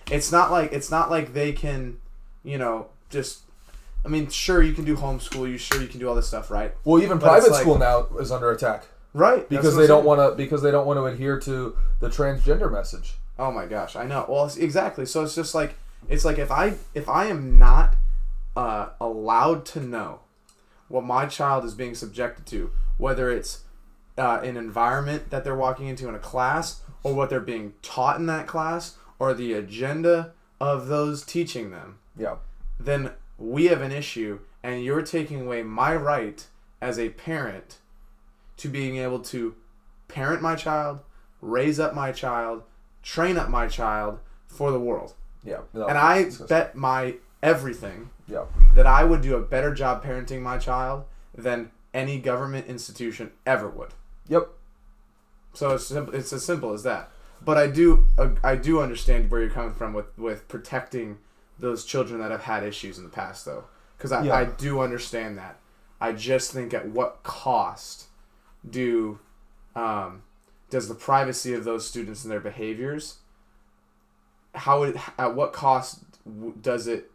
C: It's not like it's not like they can, you know, just. I mean, sure you can do homeschool. You sure you can do all this stuff, right?
B: well, even
C: But it's
B: private
C: like-
B: school now is under attack.
C: Right.
B: because they don't want to because they don't want to adhere to the transgender message.
C: Oh my gosh, I know. Well, it's- exactly. So it's just like it's like if I if I am not uh, allowed to know what my child is being subjected to, whether it's uh, an environment that they're walking into in a class, or what they're being taught in that class, or the agenda of those teaching them,
B: Yeah,
C: then we have an issue, and you're taking away my right as a parent to being able to parent my child, raise up my child, train up my child for the world.
B: yeah. No,
C: And I
B: it's just-
C: bet my everything
B: yeah,
C: that I would do a better job parenting my child than any government institution ever would.
B: yep.
C: So it's simple, it's as simple as that. But I do uh, I do understand where you're coming from with with protecting those children that have had issues in the past though, because I,
B: Yeah.
C: I do understand that. I just think at what cost do um, does the privacy of those students and their behaviors how it, at what cost w- does it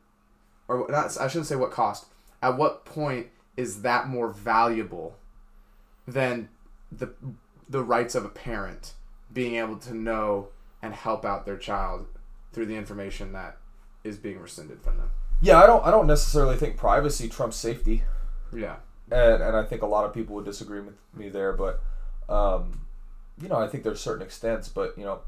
C: or not I shouldn't say what cost at what point is that more valuable than the the rights of a parent being able to know and help out their child through the information that is being rescinded from them.
B: Yeah, I don't I don't necessarily think privacy trumps safety,
C: Yeah.
B: and and I think a lot of people would disagree with me there, but um, you know I think there's certain extents, but you know,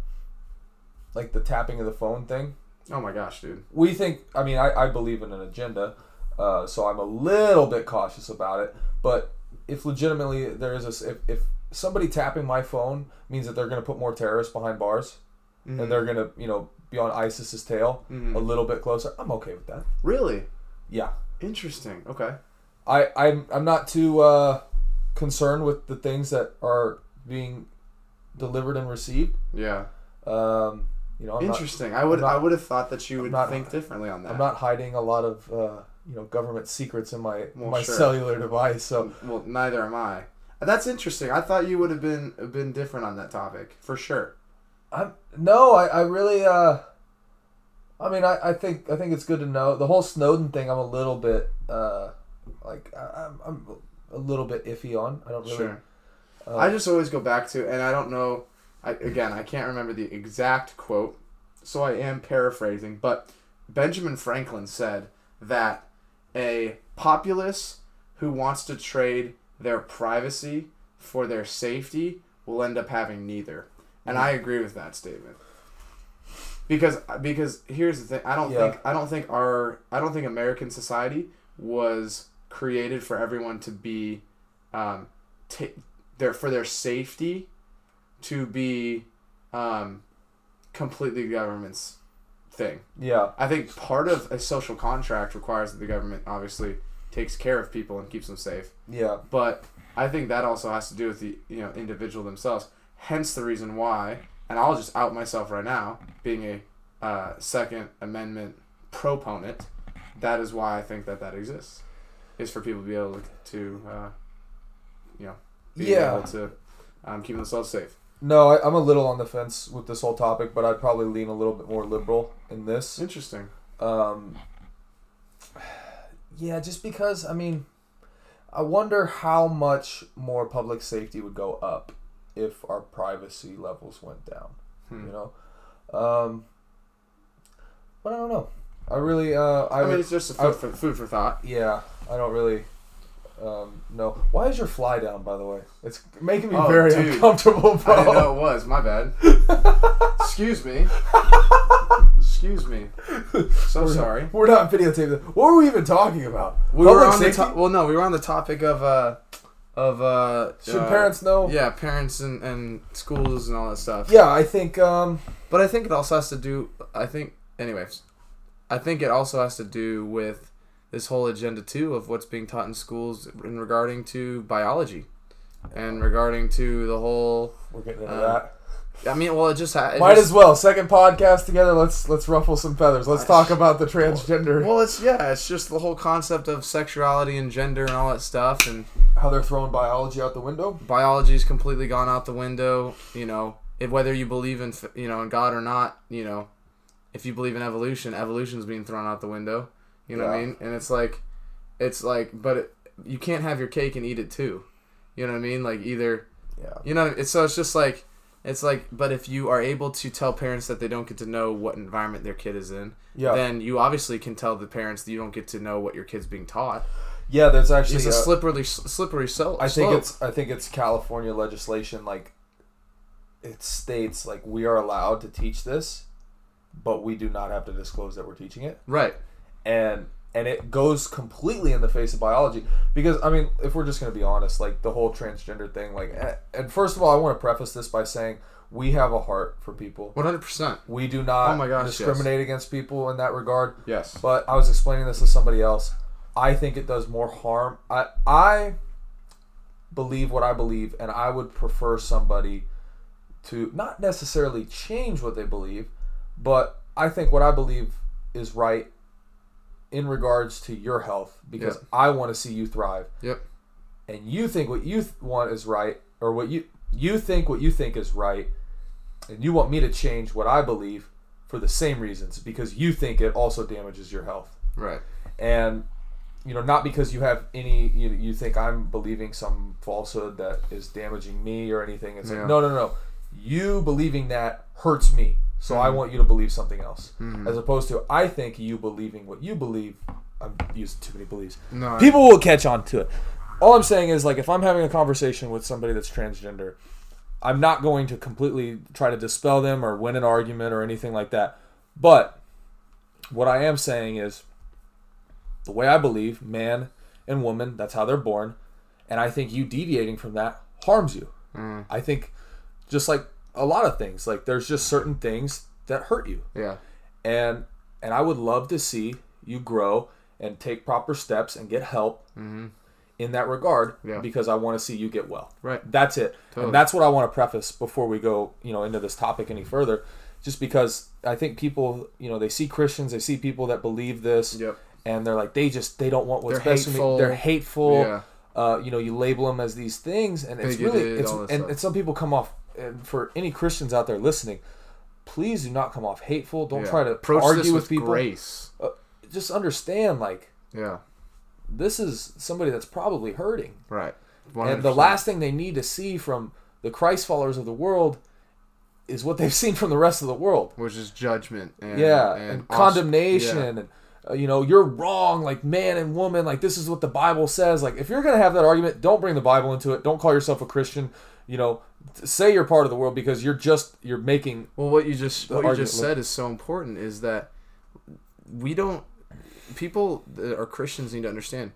B: like the tapping of the phone thing.
C: Oh my gosh, dude.
B: We think I mean I, I believe in an agenda, uh, so I'm a little bit cautious about it, but if legitimately there is a s- if, if somebody tapping my phone means that they're going to put more terrorists behind bars and they're gonna you know be on ISIS's tail a little bit closer. I'm okay with that.
C: Really
B: Yeah,
C: interesting. Okay.
B: I I'm I'm not too uh, concerned with the things that are being delivered and received.
C: Yeah.
B: Um, you know, I'm not,
C: interesting. I would
B: I'm not-
C: I would have thought that you would
B: not-
C: think differently on that.
B: I'm not hiding a lot of uh, you know government secrets in my
C: Well,
B: my
C: sure.
B: cellular device. So
C: Well, neither am I. That's interesting. I thought you would have been been different on that topic for sure.
B: I'm no, I I really uh, I mean, I, I think I think it's good to know the whole Snowden thing. I'm a little bit uh, like I, I'm, I'm a little bit iffy on. I don't really. Uh,
C: Sure. I just always go back to, and I don't know, I, again, I can't remember the exact quote, so I am paraphrasing, but Benjamin Franklin said that a populace who wants to trade their privacy for their safety will end up having neither. And I agree with that statement. Because because here's the thing, I don't
B: Yeah.
C: think I don't think our I don't think American society was created for everyone to be um, ta their for their safety to be um, completely government's thing.
B: Yeah.
C: I think part of a social contract requires that the government obviously takes care of people and keeps them safe.
B: Yeah.
C: But I think that also has to do with the you know individual themselves. Hence the reason why, and I'll just out myself right now, being a uh, Second Amendment proponent. That is why I think that that exists, is for people to be able to, uh, you know, be
B: Yeah.
C: able to um, keep themselves safe.
B: No, I, I'm a little on the fence with this whole topic, but I'd probably lean a little bit more liberal in this.
C: Interesting.
B: Um, yeah, just because I mean, I wonder how much more public safety would go up if our privacy levels went down.
C: Hmm.
B: You know, um, but I don't know. I really, uh, I,
C: I mean,
B: would,
C: it's just a
B: I-
C: food for food for thought.
B: yeah, I don't really. Um, no. Why is your fly down? By the way, it's making me
C: Oh,
B: very
C: dude.
B: uncomfortable,
C: I didn't
B: bro.
C: know it was. My bad. Excuse me. Excuse me. So sorry.
B: We're not videotaping. What were we even talking about?
C: We were
B: Public
C: on the
B: safety?
C: to- well, no, we were on the topic of uh, of uh,
B: Should
C: uh,
B: parents know?
C: Yeah, parents and, and schools and all that stuff.
B: Yeah, I think um,
C: But I think it also has to do. I think, anyways, I think it also has to do with this whole agenda too of what's being taught in schools in regarding to biology, and regarding to the whole.
B: we're getting into
C: Um,
B: that.
C: I mean, well, it just ha- it
B: Might
C: just-
B: as well second podcast together. Let's let's ruffle some feathers. Let's talk about the transgender,
C: Well, it's yeah, it's just the whole concept of sexuality and gender and all that stuff, and
B: how they're throwing biology out the window.
C: biology's completely gone out the window. You know, if, whether you believe in f- you know in God or not, you know, if you believe in evolution, evolution's being thrown out the window. You know what I
B: Yeah.
C: mean? And it's like, it's like, but it, you can't have your cake and eat it too. You know what I mean? Like either
B: Yeah,
C: you know, it's so it's just like it's like, but if you are able to tell parents that they don't get to know what environment their kid is in,
B: Yeah.
C: then you obviously can tell the parents that you don't get to know what your kid's being taught.
B: yeah. There's actually
C: It's a
B: uh,
C: slippery, s- slippery so-
B: I think
C: slope.
B: it's I think it's California legislation. Like it states, like we are allowed to teach this, but we do not have to disclose that we're teaching it.
C: right.
B: and and it goes completely in the face of biology because i mean if we're just going to be honest like the whole transgender thing like eh, and first of all i want to preface this by saying we have a heart for people
C: One hundred percent.
B: we do not
C: Oh my gosh, yes.
B: discriminate against people in that regard
C: Yes.
B: but i was explaining this to somebody else i think it does more harm i i believe what i believe and i would prefer somebody to not necessarily change what they believe but i think what i believe is right in regards to your health because
C: Yeah.
B: i want to see you thrive
C: Yep.
B: and you think what you th- want is right or what you you think what you think is right and you want me to change what i believe for the same reasons because you think it also damages your health
C: Right.
B: and you know not because you have any you, you think i'm believing some falsehood that is damaging me or anything it's
C: Yeah.
B: like no no no you believing that hurts me so
C: Mm-hmm.
B: i want you to believe something else as opposed to i think you believing what you believe i'm using too many beliefs
C: No.
B: people will catch on to it all i'm saying is like if i'm having a conversation with somebody that's transgender i'm not going to completely try to dispel them or win an argument or anything like that but what i am saying is the way I believe, man and woman, that's how they're born. And I think you deviating from that harms you. I think just like a lot of things, like there's just certain things that hurt you.
C: yeah.
B: And and I would love to see you grow and take proper steps and get help in that regard
C: Mm-hmm. Yeah.
B: because I want to see you get well.
C: Right.
B: That's it.
C: Totally.
B: And that's what I want to preface before we go, you know, into this topic any further just because I think people, you know, they see Christians, they see people that believe this
C: Yep.
B: and they're like they just they don't want what's
C: They're
B: best for
C: hateful.
B: me. They're hateful.
C: Yeah.
B: Uh, you know, you label them as these things, and it's
C: Bigoted,
B: really it's
C: all
B: and,
C: this stuff.
B: and some people come off and for any Christians out there listening, please do not come off hateful. Don't
C: Yeah.
B: try to
C: Approach
B: argue
C: this
B: with, people. Uh,
C: grace.
B: Just understand, like
C: Yeah,
B: this is somebody that's probably hurting,
C: right.
B: and the last thing they need to see from the Christ followers of the world is what they've seen from the rest of the world.
C: which is judgment. And,
B: yeah,
C: and,
B: and,
C: aus-
B: condemnation,
C: yeah.
B: and uh, you know, you're wrong, like man and woman, like this is what the Bible says. Like if you're gonna have that argument, don't bring the Bible into it. Don't call yourself a Christian. You know, t- say you're part of the world because you're just you're making
C: Well, what you just what you
B: argument
C: just
B: look-
C: said is so important is that we don't people that are Christians need to understand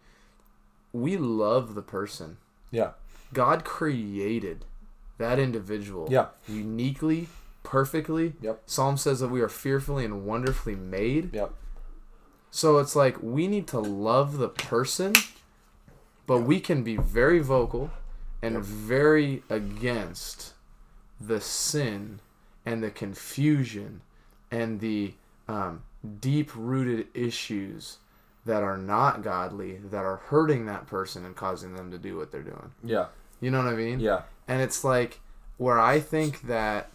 C: we love the person.
B: yeah
C: God created that individual
B: Yeah.
C: uniquely, perfectly.
B: Yep.
C: Psalm says that we are fearfully and wonderfully made.
B: yeah
C: So it's like we need to love the person, but we can be very vocal and very against the sin and the confusion and the um, deep rooted issues that are not godly, that are hurting that person and causing them to do what they're doing.
B: yeah
C: You know what I mean?
B: yeah
C: And it's like where I think that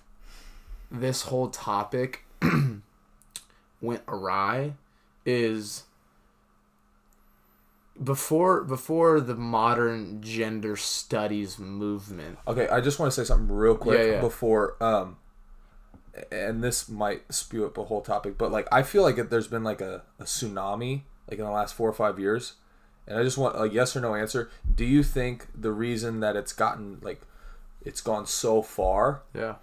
C: this whole topic went awry is before before the modern gender studies movement.
B: Okay, I just want to say something real quick
C: Yeah, yeah.
B: before um and this might spew up a whole topic, but like I feel like it, there's been like a, a tsunami like in the last 4 or 5 years. And I just want a yes or no answer. Do you think the reason that it's gotten like it's gone so far
C: Yeah.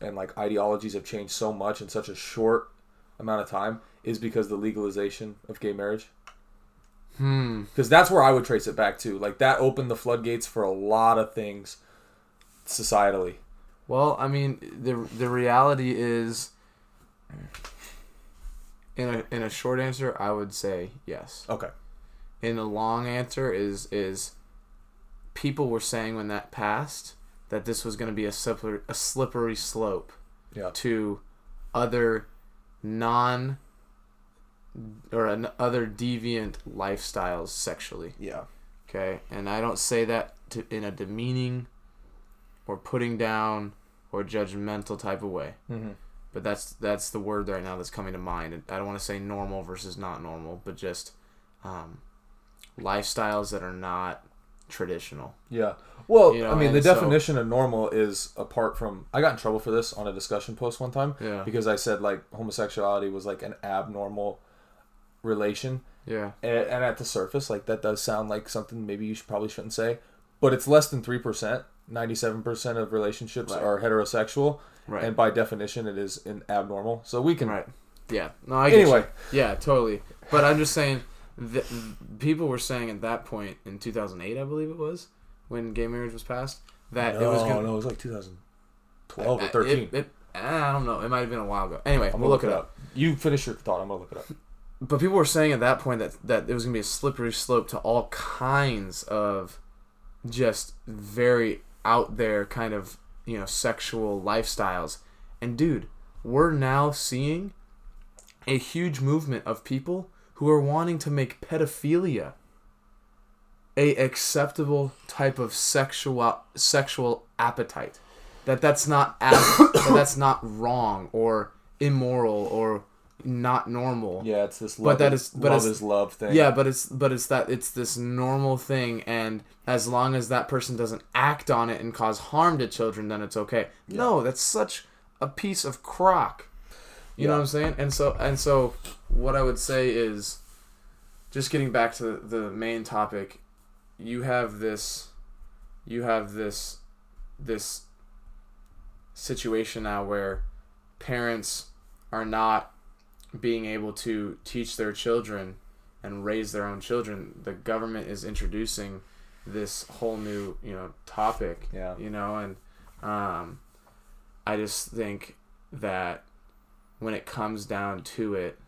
B: and like ideologies have changed so much in such a short amount of time is because the legalization of gay marriage? Hmm. Because that's where I would trace it back to. Like that opened the floodgates for a lot of things societally.
C: Well, I mean, the the reality is in a in a short answer, I would say yes.
B: Okay.
C: and the long answer is is people were saying when that passed that this was going to be a slippery, a slippery slope
B: Yeah.
C: to other non or an other deviant lifestyles sexually
B: Yeah.
C: okay and i don't say that to, in a demeaning or putting down or judgmental type of way
B: Mm-hmm.
C: but that's that's the word right now that's coming to mind. And I don't want to say normal versus not normal, but just um, lifestyles that are not traditional.
B: Yeah. Well,
C: You know,
B: I mean, the
C: and so-
B: definition of normal is apart from. I got in trouble for this on a discussion post one time
C: Yeah.
B: because I said like homosexuality was like an abnormal relation,
C: Yeah,
B: and, and at the surface, like that does sound like something maybe you should probably shouldn't say, but it's less than three percent. Ninety-seven percent of relationships
C: Right.
B: are heterosexual,
C: Right.
B: and by definition, it is an abnormal. So we can.
C: right. Yeah. No, I get
B: Anyway,
C: you. Yeah, totally. But I'm just saying, th- people were saying at that point in 2008, I believe it was, when gay marriage was passed, that
B: no,
C: it was going
B: Oh, no, it was like 2012 or
C: Uh, It-
B: 13.
C: It, I don't know. It might have been a while ago. Anyway,
B: I'm
C: we'll look it up.
B: You finish your thought. I'm gonna look it up.
C: but people were saying at that point that that it was gonna be a slippery slope to all kinds of just very out there kind of you know sexual lifestyles and dude we're now seeing a huge movement of people who are wanting to make pedophilia a acceptable type of sexual sexual appetite that that's not ab- that that's not wrong or immoral or not normal
B: Yeah, it's this. Love
C: But that
B: is,
C: is- but
B: love
C: it's-
B: is love thing.
C: yeah, but it's but it's that it's this normal thing, and as long as that person doesn't act on it and cause harm to children, then it's okay. No, that's such a piece of crock. You know
B: Yeah.
C: what I'm saying? And so and so, what I would say is, just getting back to the main topic, you have this, you have this, this situation now where parents are not being able to teach their children and raise their own children, the government is introducing this whole new, you know, topic.
B: Yeah.
C: You know, and um, I just think that when it comes down to it,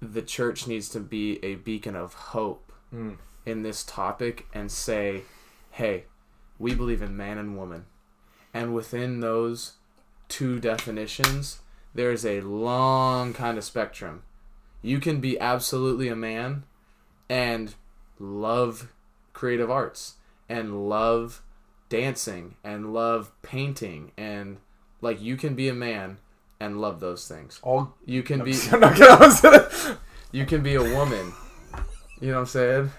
C: the church needs to be a beacon of hope
B: Mm.
C: in this topic and say, hey, we believe in man and woman. And within those two definitions, there is a long kind of spectrum. You can be absolutely a man and love creative arts and love dancing and love painting and Like you can be a man and love those things.
B: All
C: You can be
B: I'm not gonna. I was gonna,
C: you can be a woman. You know what I'm saying?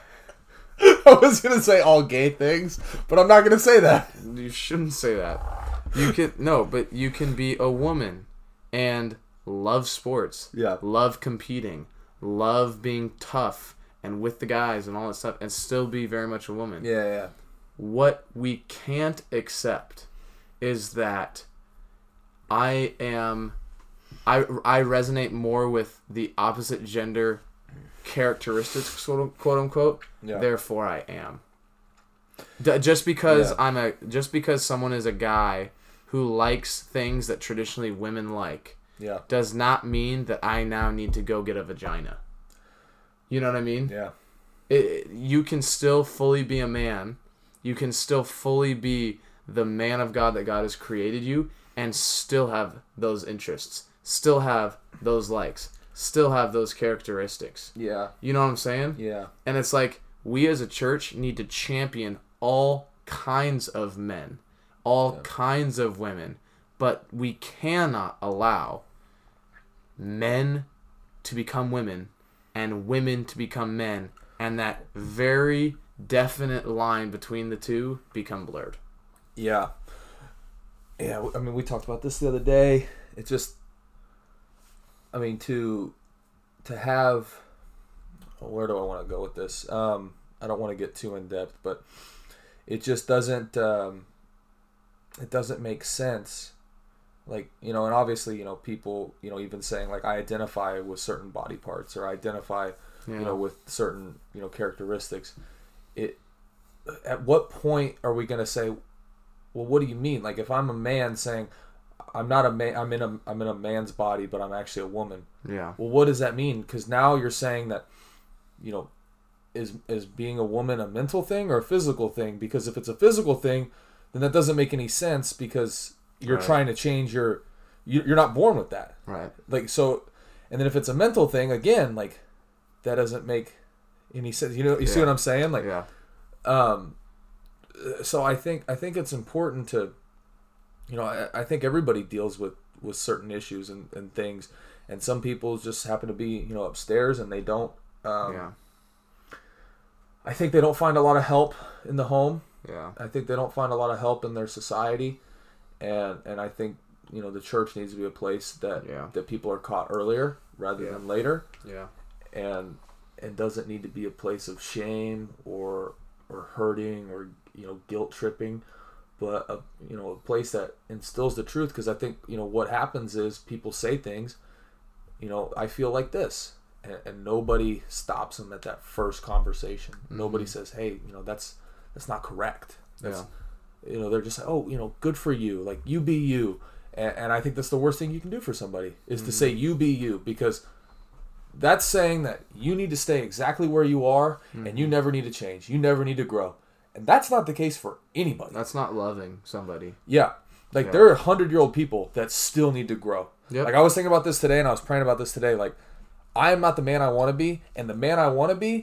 B: I was gonna say all gay things, but I'm not gonna say that.
C: You shouldn't say that. You can no, but you can be a woman and love sports.
B: Yeah.
C: Love competing. Love being tough and with the guys and all that stuff and still be very much a woman.
B: Yeah, yeah.
C: What we can't accept is that I am I I resonate more with the opposite gender characteristics quote quote unquote.
B: Yeah.
C: Therefore I am. D- just because
B: Yeah.
C: I'm a just because someone is a guy who likes things that traditionally women like
B: Yeah.
C: does not mean that I now need to go get a vagina. You know what I mean?
B: Yeah.
C: it, you can still fully be a man. You can still fully be the man of God that God has created you and still have those interests, still have those likes, still have those characteristics.
B: Yeah.
C: You know what I'm saying?
B: Yeah.
C: And it's like we as a church need to champion all kinds of men, all kinds of women, but we cannot allow men to become women and women to become men and that very definite line between the two become blurred.
B: Yeah. Yeah, w- I mean, we talked about this the other day. It's just, I mean, to to have. Where do I want to go with this? Um, I don't want to get too in depth, but it just doesn't. Um, it doesn't make sense. Like you know, and obviously you know people you know even saying like I identify with certain body parts or I identify
C: Yeah.
B: you know with certain you know characteristics it at what point are we going to say well what do you mean like if i'm a man saying i'm not a man i'm in a i'm in a man's body but i'm actually a woman
C: yeah.
B: well what does that mean because now you're saying that you know is is being a woman a mental thing or a physical thing because if it's a physical thing then that doesn't make any sense because you're
C: Right.
B: trying to change your you- you're not born with that
C: Right.
B: like so and then if it's a mental thing again like that doesn't make any sense you know you see
C: Yeah.
B: what i'm saying like
C: Yeah.
B: um so i think i think it's important to you know i, I think everybody deals with with certain issues and, and things and some people just happen to be you know upstairs and they don't um
C: yeah.
B: i think they don't find a lot of help in the home
C: Yeah.
B: I think they don't find a lot of help in their society, and and I think you know the church needs to be a place that
C: Yeah.
B: that people are caught earlier rather
C: Yeah.
B: than later,
C: Yeah.
B: and and doesn't need to be a place of shame or or hurting or you know guilt tripping, but a you know a place that instills the truth because I think you know what happens is people say things, you know I feel like this. And, and nobody stops them at that first conversation. Nobody says, "Hey, you know that's that's not correct. That's,
C: Yeah.
B: you know they're just like oh you know good for you like you be you and, and i think that's the worst thing you can do for somebody is to say you be you because that's saying that you need to stay exactly where you are and you never need to change you never need to grow and that's not the case for anybody
C: That's not loving somebody.
B: yeah like
C: Yeah.
B: there are 100 year old people that still need to grow
C: Yep.
B: like i was thinking about this today and i was praying about this today like i am not the man i want to be and the man i want to be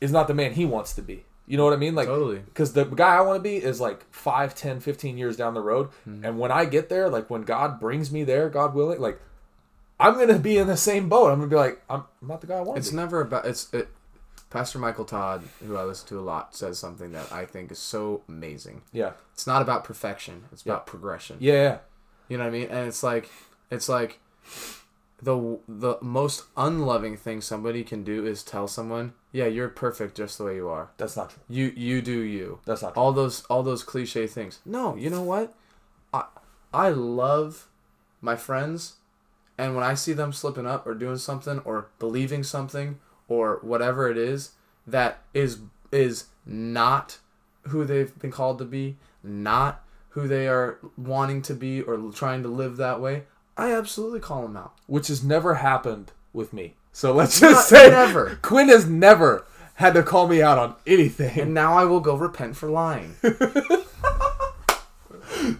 B: is not the man he wants to be you know what i mean like
C: Totally.
B: because the guy I want to be is like 5, 10, 15 years down the road.
C: Mm-hmm.
B: And when I get there, like when God brings me there, God willing, like I'm going to be in the same boat. I'm going to be like, I'm I'm not the guy I want to
C: It's
B: be.
C: never about it's it. Pastor Michael Todd, who I listen to a lot, says something that I think is so amazing.
B: yeah.
C: It's not about perfection; it's about progression.
B: Yeah. Yeah.
C: You know what I mean? And it's like it's like the the most unloving thing somebody can do is tell someone, "Yeah, you're perfect just the way you are.
B: That's not true.
C: You you do you."
B: That's not true.
C: all those all those cliche things. No, you know what? I I love my friends, and when I see them slipping up or doing something or believing something or whatever it is that is is not who they've been called to be, not who they are wanting to be or trying to live that way, I absolutely call them out.
B: Which has never happened with me. So let's
C: Not-
B: just say
C: never.
B: Quinn has never had to call me out on anything.
C: And now I will go repent for lying.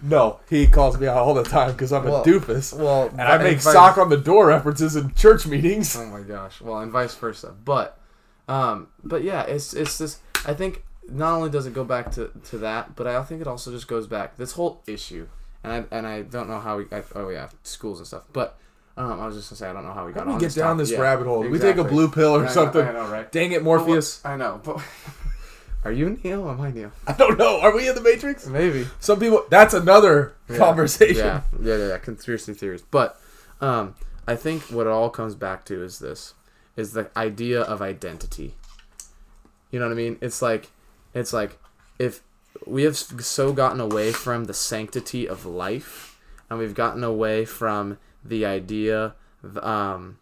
B: No, he calls me out all the time because I'm
C: Well,
B: a doofus.
C: well,
B: and I
C: but
B: make
C: if I-
B: sock on the door references in church meetings.
C: Oh my gosh. Well, and vice versa. But, um, but yeah, it's it's this. I think not only does it go back to to that, but I think it also just goes back this whole issue and I and I don't know how we. I, oh yeah, schools and stuff. But um, I was just gonna say I don't know how we got
E: We
C: on.
E: get down
C: topic.
E: this
C: Yeah,
E: rabbit hole. We take a
C: exactly.
E: blue pill
C: I
E: or
C: know-
E: something.
C: I know, right?
E: Dang it,
C: But what-
E: Morpheus.
C: I know, but are you Neo? Am I Neo?
E: I don't know. Are we in the Matrix?
C: Maybe.
E: Some people. That's another conversation.
C: Yeah, yeah, yeah, yeah. Conspiracy theories, but um, I think what it all comes back to is this: is the idea of identity. You know what I mean? It's like, it's like if we have so gotten away from the sanctity of life, and we've gotten away from the idea, um,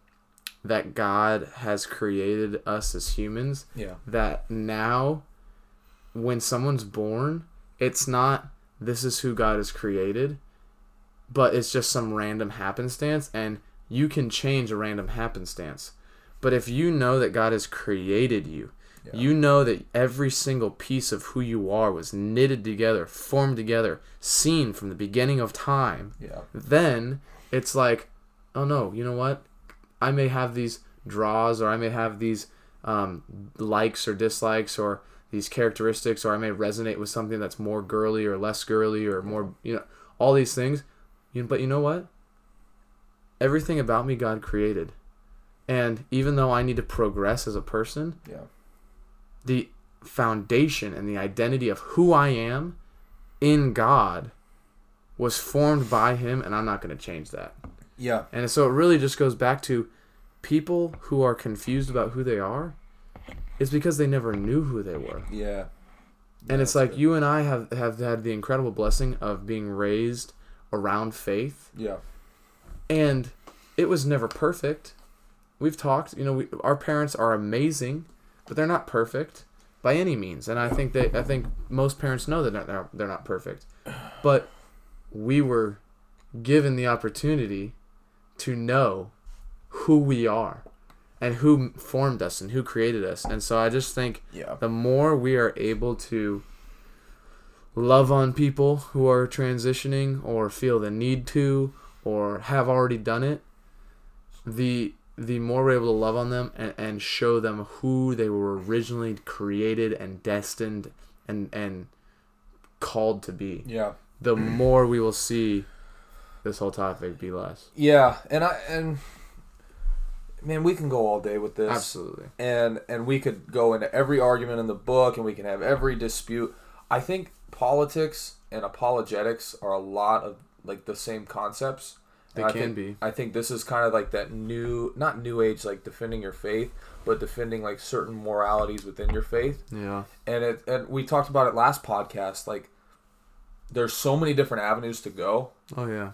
C: that God has created us as humans.
B: Yeah.
C: That now when someone's born, it's not this is who God has created, but it's just some random happenstance, and you can change a random happenstance. But if you know that God has created you, you know that every single piece of who you are was knitted together, formed together, seen from the beginning of time,
B: Yeah.
C: then it's like, oh no, you know what? I may have these draws or I may have these um, likes or dislikes or these characteristics or I may resonate with something that's more girly or less girly or more, you know, all these things. You, but you know what? Everything about me God created. And even though I need to progress as a person,
B: Yeah.
C: the foundation and the identity of who I am in God was formed by Him, and I'm not going to change that.
B: Yeah.
C: And so it really just goes back to people who are confused about who they are. It's because they never knew who they were.
B: Yeah.
C: and it's like you and I have, have had the incredible blessing of being raised around faith
B: Yeah.
C: and it was never perfect. We've talked, you know, we, our parents are amazing, but they're not perfect by any means. And I think they, I think most parents know that they're not, they're not perfect, but we were given the opportunity to know who we are and who formed us and who created us. And so I just think
B: Yeah.
C: the more we are able to love on people who are transitioning or feel the need to or have already done it, the the more we're able to love on them and, and show them who they were originally created and destined and and called to be,
B: Yeah.
C: the more we will see this whole topic be less.
B: Yeah. And I and man, we can go all day with this.
C: Absolutely.
B: and and we could go into every argument in the book and we can have every dispute i think politics and apologetics are a lot of like the same concepts
C: They
B: And I
C: can
B: think-
C: be.
B: i think this is kind of like that new not new age like defending your faith but defending like certain moralities within your faith
C: Yeah.
B: and it and we talked about it last podcast like there's so many different avenues to go
C: Oh yeah.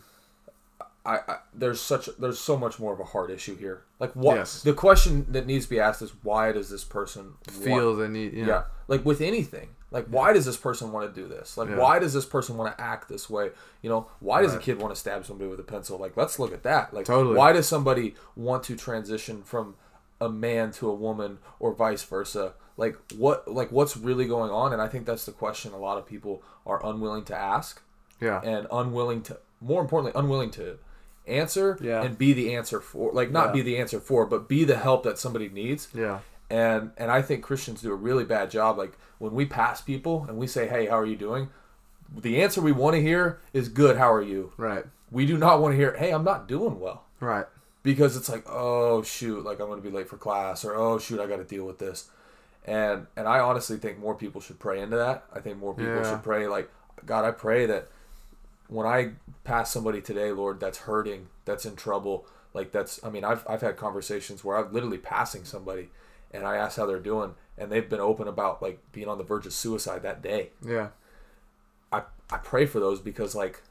B: I, I there's such there's so much more of a hard issue here. Like what
C: Yes.
B: the question that needs to be asked is why does this person want-
C: Feel the need.
B: yeah. like with anything like why does this person want to do this like
C: Yeah.
B: why does this person want to act this way you know why does a kid want to stab somebody with a pencil like let's look at that like
C: Totally.
B: why does somebody want to transition from a man to a woman or vice versa like what like what's really going on and i think that's the question a lot of people are unwilling to ask
C: Yeah.
B: and unwilling to more importantly unwilling to answer
C: Yeah.
B: and be the answer for like not be the answer for but be the help that somebody needs
C: Yeah.
B: and and I think Christians do a really bad job. Like when we pass people and we say, "Hey, how are you doing?" The answer we want to hear is "Good, how are you?"
C: Right.
B: We do not want to hear, "Hey, I'm not doing well,"
C: Right.
B: because it's like, "Oh shoot, like I'm going to be late for class," or "Oh shoot, I got to deal with this." And and I honestly think more people should pray into that. I think more people
C: Yeah.
B: should pray like, "God, I pray that when I pass somebody today, Lord, that's hurting, that's in trouble, like that's I mean, I've I've had conversations where I'm literally passing somebody and I ask how they're doing and they've been open about like being on the verge of suicide that day.
C: Yeah.
B: I I pray for those because like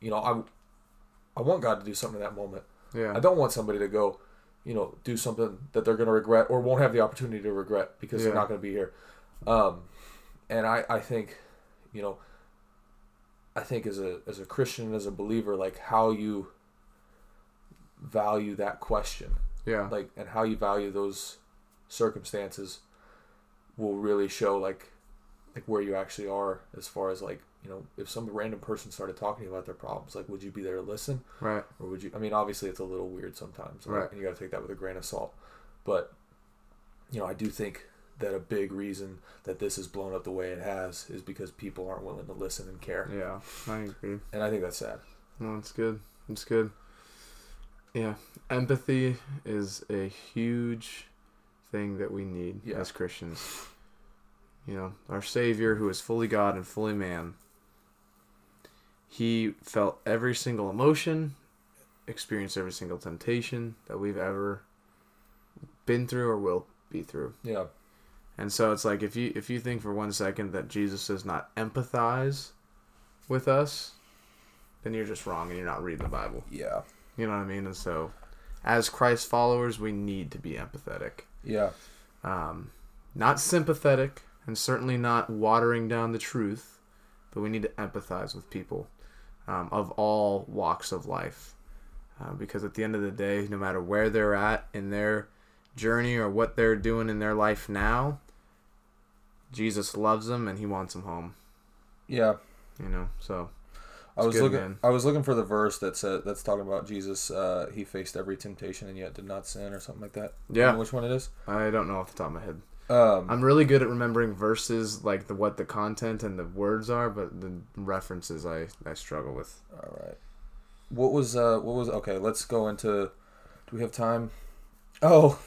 B: you know, I I want God to do something in that moment.
C: Yeah.
B: I don't want somebody to go, you know, do something that they're going to regret or won't have the opportunity to regret because they're
C: Yeah.
B: not going to be here. Um, and I, I think, you know, I think as a as a Christian as a believer, like how you value that question,
C: yeah.
B: like and how you value those circumstances, will really show like like where you actually are as far as like you know if some random person started talking to you about their problems, like would you be there to listen?
C: right.
B: or would you i mean obviously it's a little weird sometimes
C: Right.
B: and you got to take that with a grain of salt but you know i do think
F: that a big reason that this has blown up the way it has is because people aren't willing to listen and care.
C: Yeah, I agree.
F: And I think that's sad.
C: No, it's good. It's good. Yeah, empathy is a huge thing that we need
F: Yeah.
C: as Christians. You know, our Savior, who is fully God and fully man, he felt every single emotion, experienced every single temptation that we've ever been through or will be through.
F: Yeah.
C: And so it's like if you if you think for one second that Jesus does not empathize with us, then you're just wrong and you're not reading the Bible.
B: Yeah.
C: You know what I mean? And so as Christ followers, we need to be empathetic.
B: Yeah.
C: Um, not sympathetic and certainly not watering down the truth, but we need to empathize with people um, of all walks of life. Uh, because at the end of the day, no matter where they're at in their journey or what they're doing in their life now, Jesus loves them and he wants them home.
B: Yeah.
C: You know, so
B: I
C: It's
B: was
C: good,
B: looking.
C: man.
B: I was looking for the verse that said that's talking about Jesus. Uh, he faced every temptation and yet did not sin, or something like that. Do you
C: Yeah.
B: know which one it is?
C: I don't know off the top of my head.
B: Um,
C: I'm really good at remembering verses, like the what the content and the words are, but the references I, I struggle with.
B: all right. What was? Uh, what was? Okay, let's go into. Do we have time? Oh,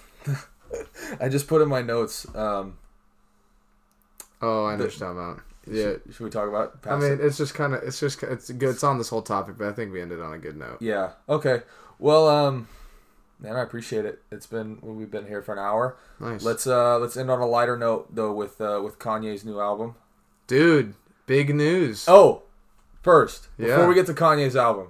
B: I just put in my notes. Um,
C: Oh, I know
B: The-
C: what you're talking about. Yeah,
B: Should, should we talk about?
C: I
B: Past
C: mean, it's just kind of, it's just, it's good. It's on this whole topic, but I think we ended on a good note.
B: Yeah. Okay. Well, um, man, I appreciate it. It's been we've been here for an hour.
C: Nice,
B: Let's uh let's end on a lighter note though with uh with Kanye's new album.
C: dude. Big news.
B: Oh, first before
C: Yeah.
B: we get to Kanye's album,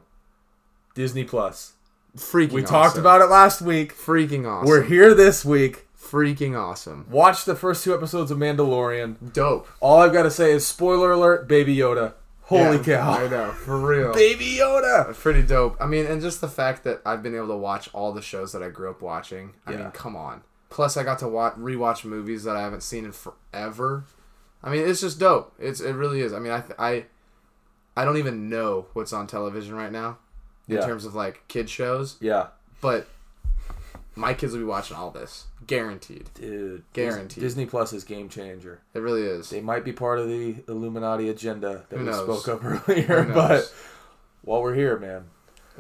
B: Disney Plus.
C: freaking.
B: We talked
C: awesome.
B: about it last week.
C: Freaking awesome.
B: We're here this week.
C: freaking awesome.
B: Watch the first two episodes of Mandalorian.
C: Dope.
B: All I've got to say is spoiler alert: Baby Yoda. Holy
C: Yeah,
B: cow!
C: I know, for real.
B: Baby Yoda.
C: Pretty dope. I mean, and just the fact that I've been able to watch all the shows that I grew up watching. I
B: Yeah.
C: mean, come on. Plus, I got to watch rewatch movies that I haven't seen in forever. I mean, it's just dope. It's it really is. I mean, I I I don't even know what's on television right now in
B: Yeah.
C: terms of like kid shows,
B: Yeah,
C: but my kids will be watching all this, guaranteed.
B: dude.
C: Guaranteed.
B: Disney Plus is game changer.
C: It really is.
B: They might be part of the Illuminati agenda that
C: Who
B: we
C: knows?
B: spoke of
C: Who
B: earlier,
C: knows?
B: but while we're here, man.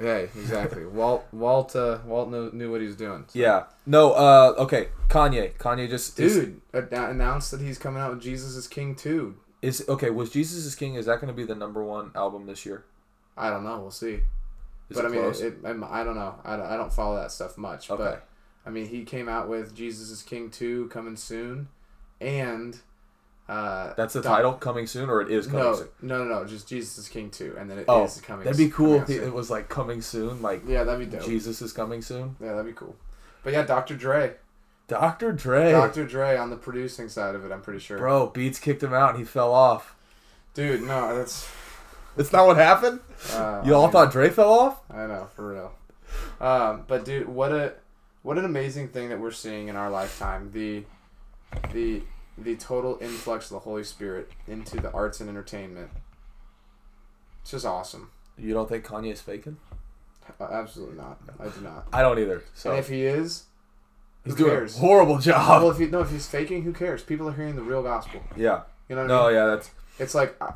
C: Yeah, exactly. Walt Walt uh, Walt knew, knew what he was doing.
B: Yeah. No, uh okay, Kanye. Kanye just is-
C: Dude, annou- announced that he's coming out with Jesus is King too.
B: is, okay, was Jesus is King is that going to be the number 1 album this year?
C: I don't know. We'll see.
B: Is
C: but
B: it
C: I mean,
B: close?
C: it, it, I'm- I don't know. I don't, I don't follow that stuff much.
B: Okay.
C: But I mean, he came out with Jesus is King 2 coming soon. And. Uh,
B: That's the
C: Doc-
B: title coming soon or it is coming
C: No,
B: soon?
C: no, no, no. Just Jesus is King 2. And then it is
B: Oh,
C: coming
B: that'd be cool if
C: coming out
B: it was like coming soon, like
C: soon. Yeah, that'd be dope.
B: Jesus is coming soon.
C: Yeah, that'd be cool. But yeah, Dr. Dre.
B: Dr. Dre.
C: Dr. Dre on the producing side of it, I'm pretty sure.
B: Bro, Beats kicked him out and he fell off.
C: Dude, no, that's.
B: It's not what happened?
C: Uh,
B: You all
C: I mean-
B: thought Dre fell off?
C: I know, for real. Um, but dude, what a what an amazing thing that we're seeing in our lifetime. The the the total influx of the Holy Spirit into the arts and entertainment. It's just awesome.
B: You don't think Kanye's faking?
C: Uh, Absolutely not. I do not.
B: I don't either. So
C: And if he is,
B: he's
C: who
B: doing
C: cares?
B: a horrible job.
C: well, if he, no, if he's faking, who cares? People are hearing the real gospel.
B: yeah.
C: You know what I
B: No,
C: mean?
B: yeah, that's
C: It's like uh,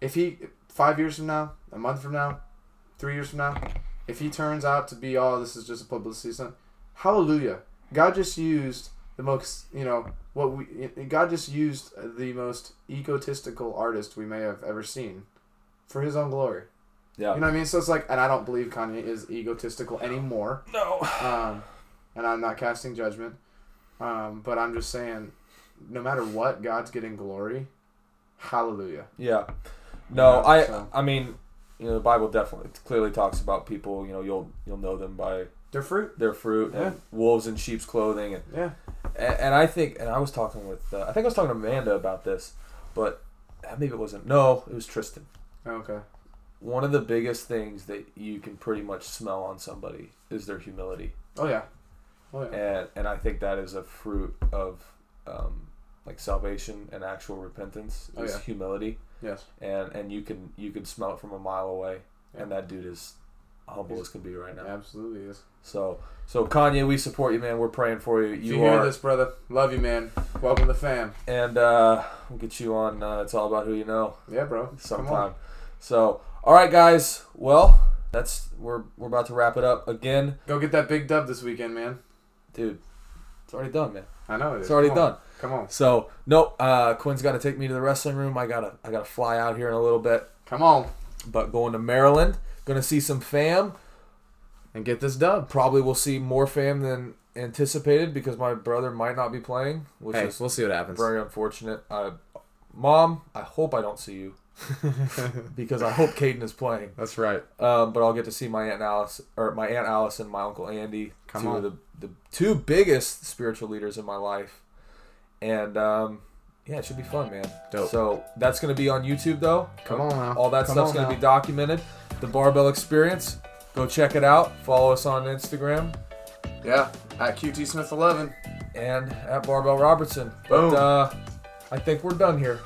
C: if he five years from now, a month from now, three years from now, if he turns out to be all this is just a publicity stunt, hallelujah! God just used the most, you know, what we God just used the most egotistical artist we may have ever seen for His own glory.
B: yeah.
C: You know what I mean? So it's like, and I don't believe Kanye is egotistical anymore.
B: No.
C: Um, and I'm not casting judgment, um, but I'm just saying, no matter what, God's getting glory. Hallelujah.
B: Yeah. No,
C: Yeah,
B: I
C: so-
B: I mean, you know, the Bible definitely clearly talks about people, you know, you'll you'll know them by
C: They're fruit.
B: their fruit and wolves in sheep's clothing and
C: Yeah.
B: and and I think and I was talking with uh, I think I was talking to Amanda about this, but uh, maybe it wasn't. No, it was Tristan.
C: Oh, Okay.
B: One of the biggest things that you can pretty much smell on somebody is their humility.
C: Oh yeah. Oh yeah.
B: And and I think that is a fruit of um, like salvation and actual repentance
C: Oh,
B: is
C: yeah.
B: humility.
C: Yes.
B: and and you can you can smell it from a mile away. And that dude is humble as can be right now.
C: Absolutely is.
B: So, so Kanye, we support you, man. We're praying for you.
C: If you,
B: You
C: hear
B: are,
C: this, brother, love you, man. Welcome to the fam.
B: and uh, we'll get you on. Uh, it's all about who you know.
C: Yeah, bro. Come on.
B: sometime. So, all right, guys. Well, that's we're we're about to wrap it up again,
C: Go get that big dub this weekend, man.
B: dude. It's already done, man.
C: I know it is.
B: It's already
C: Come on.
B: done.
C: Come on.
B: So, no, uh, Quinn's got to take me to the wrestling room. I gotta I gotta fly out here in a little bit,
C: Come on.
B: but going to Maryland, gonna see some fam.
C: And get this dub.
B: Probably will see more fam than anticipated because my brother might not be playing, which
C: Hey,
B: is
C: we'll see what happens.
B: very unfortunate. Uh, Mom, I hope I don't see you because I hope Caden is playing.
C: That's right.
B: Um, but I'll get to see my aunt Alice or my aunt Alice and my uncle Andy,
C: Come
B: two
C: on.
B: of the, the two biggest spiritual leaders in my life, and um, yeah, it should be fun, man.
C: Dope.
B: So that's gonna be on YouTube though.
C: Come on now.
B: All that
C: Come
B: stuff's
C: on
B: gonna
C: now.
B: be documented. The Barbell Experience. Go check it out. Follow us on Instagram
C: Yeah. At QT Smith 11.
B: and at Barbell Robertson. But
C: Boom.
B: uh, I think we're done here.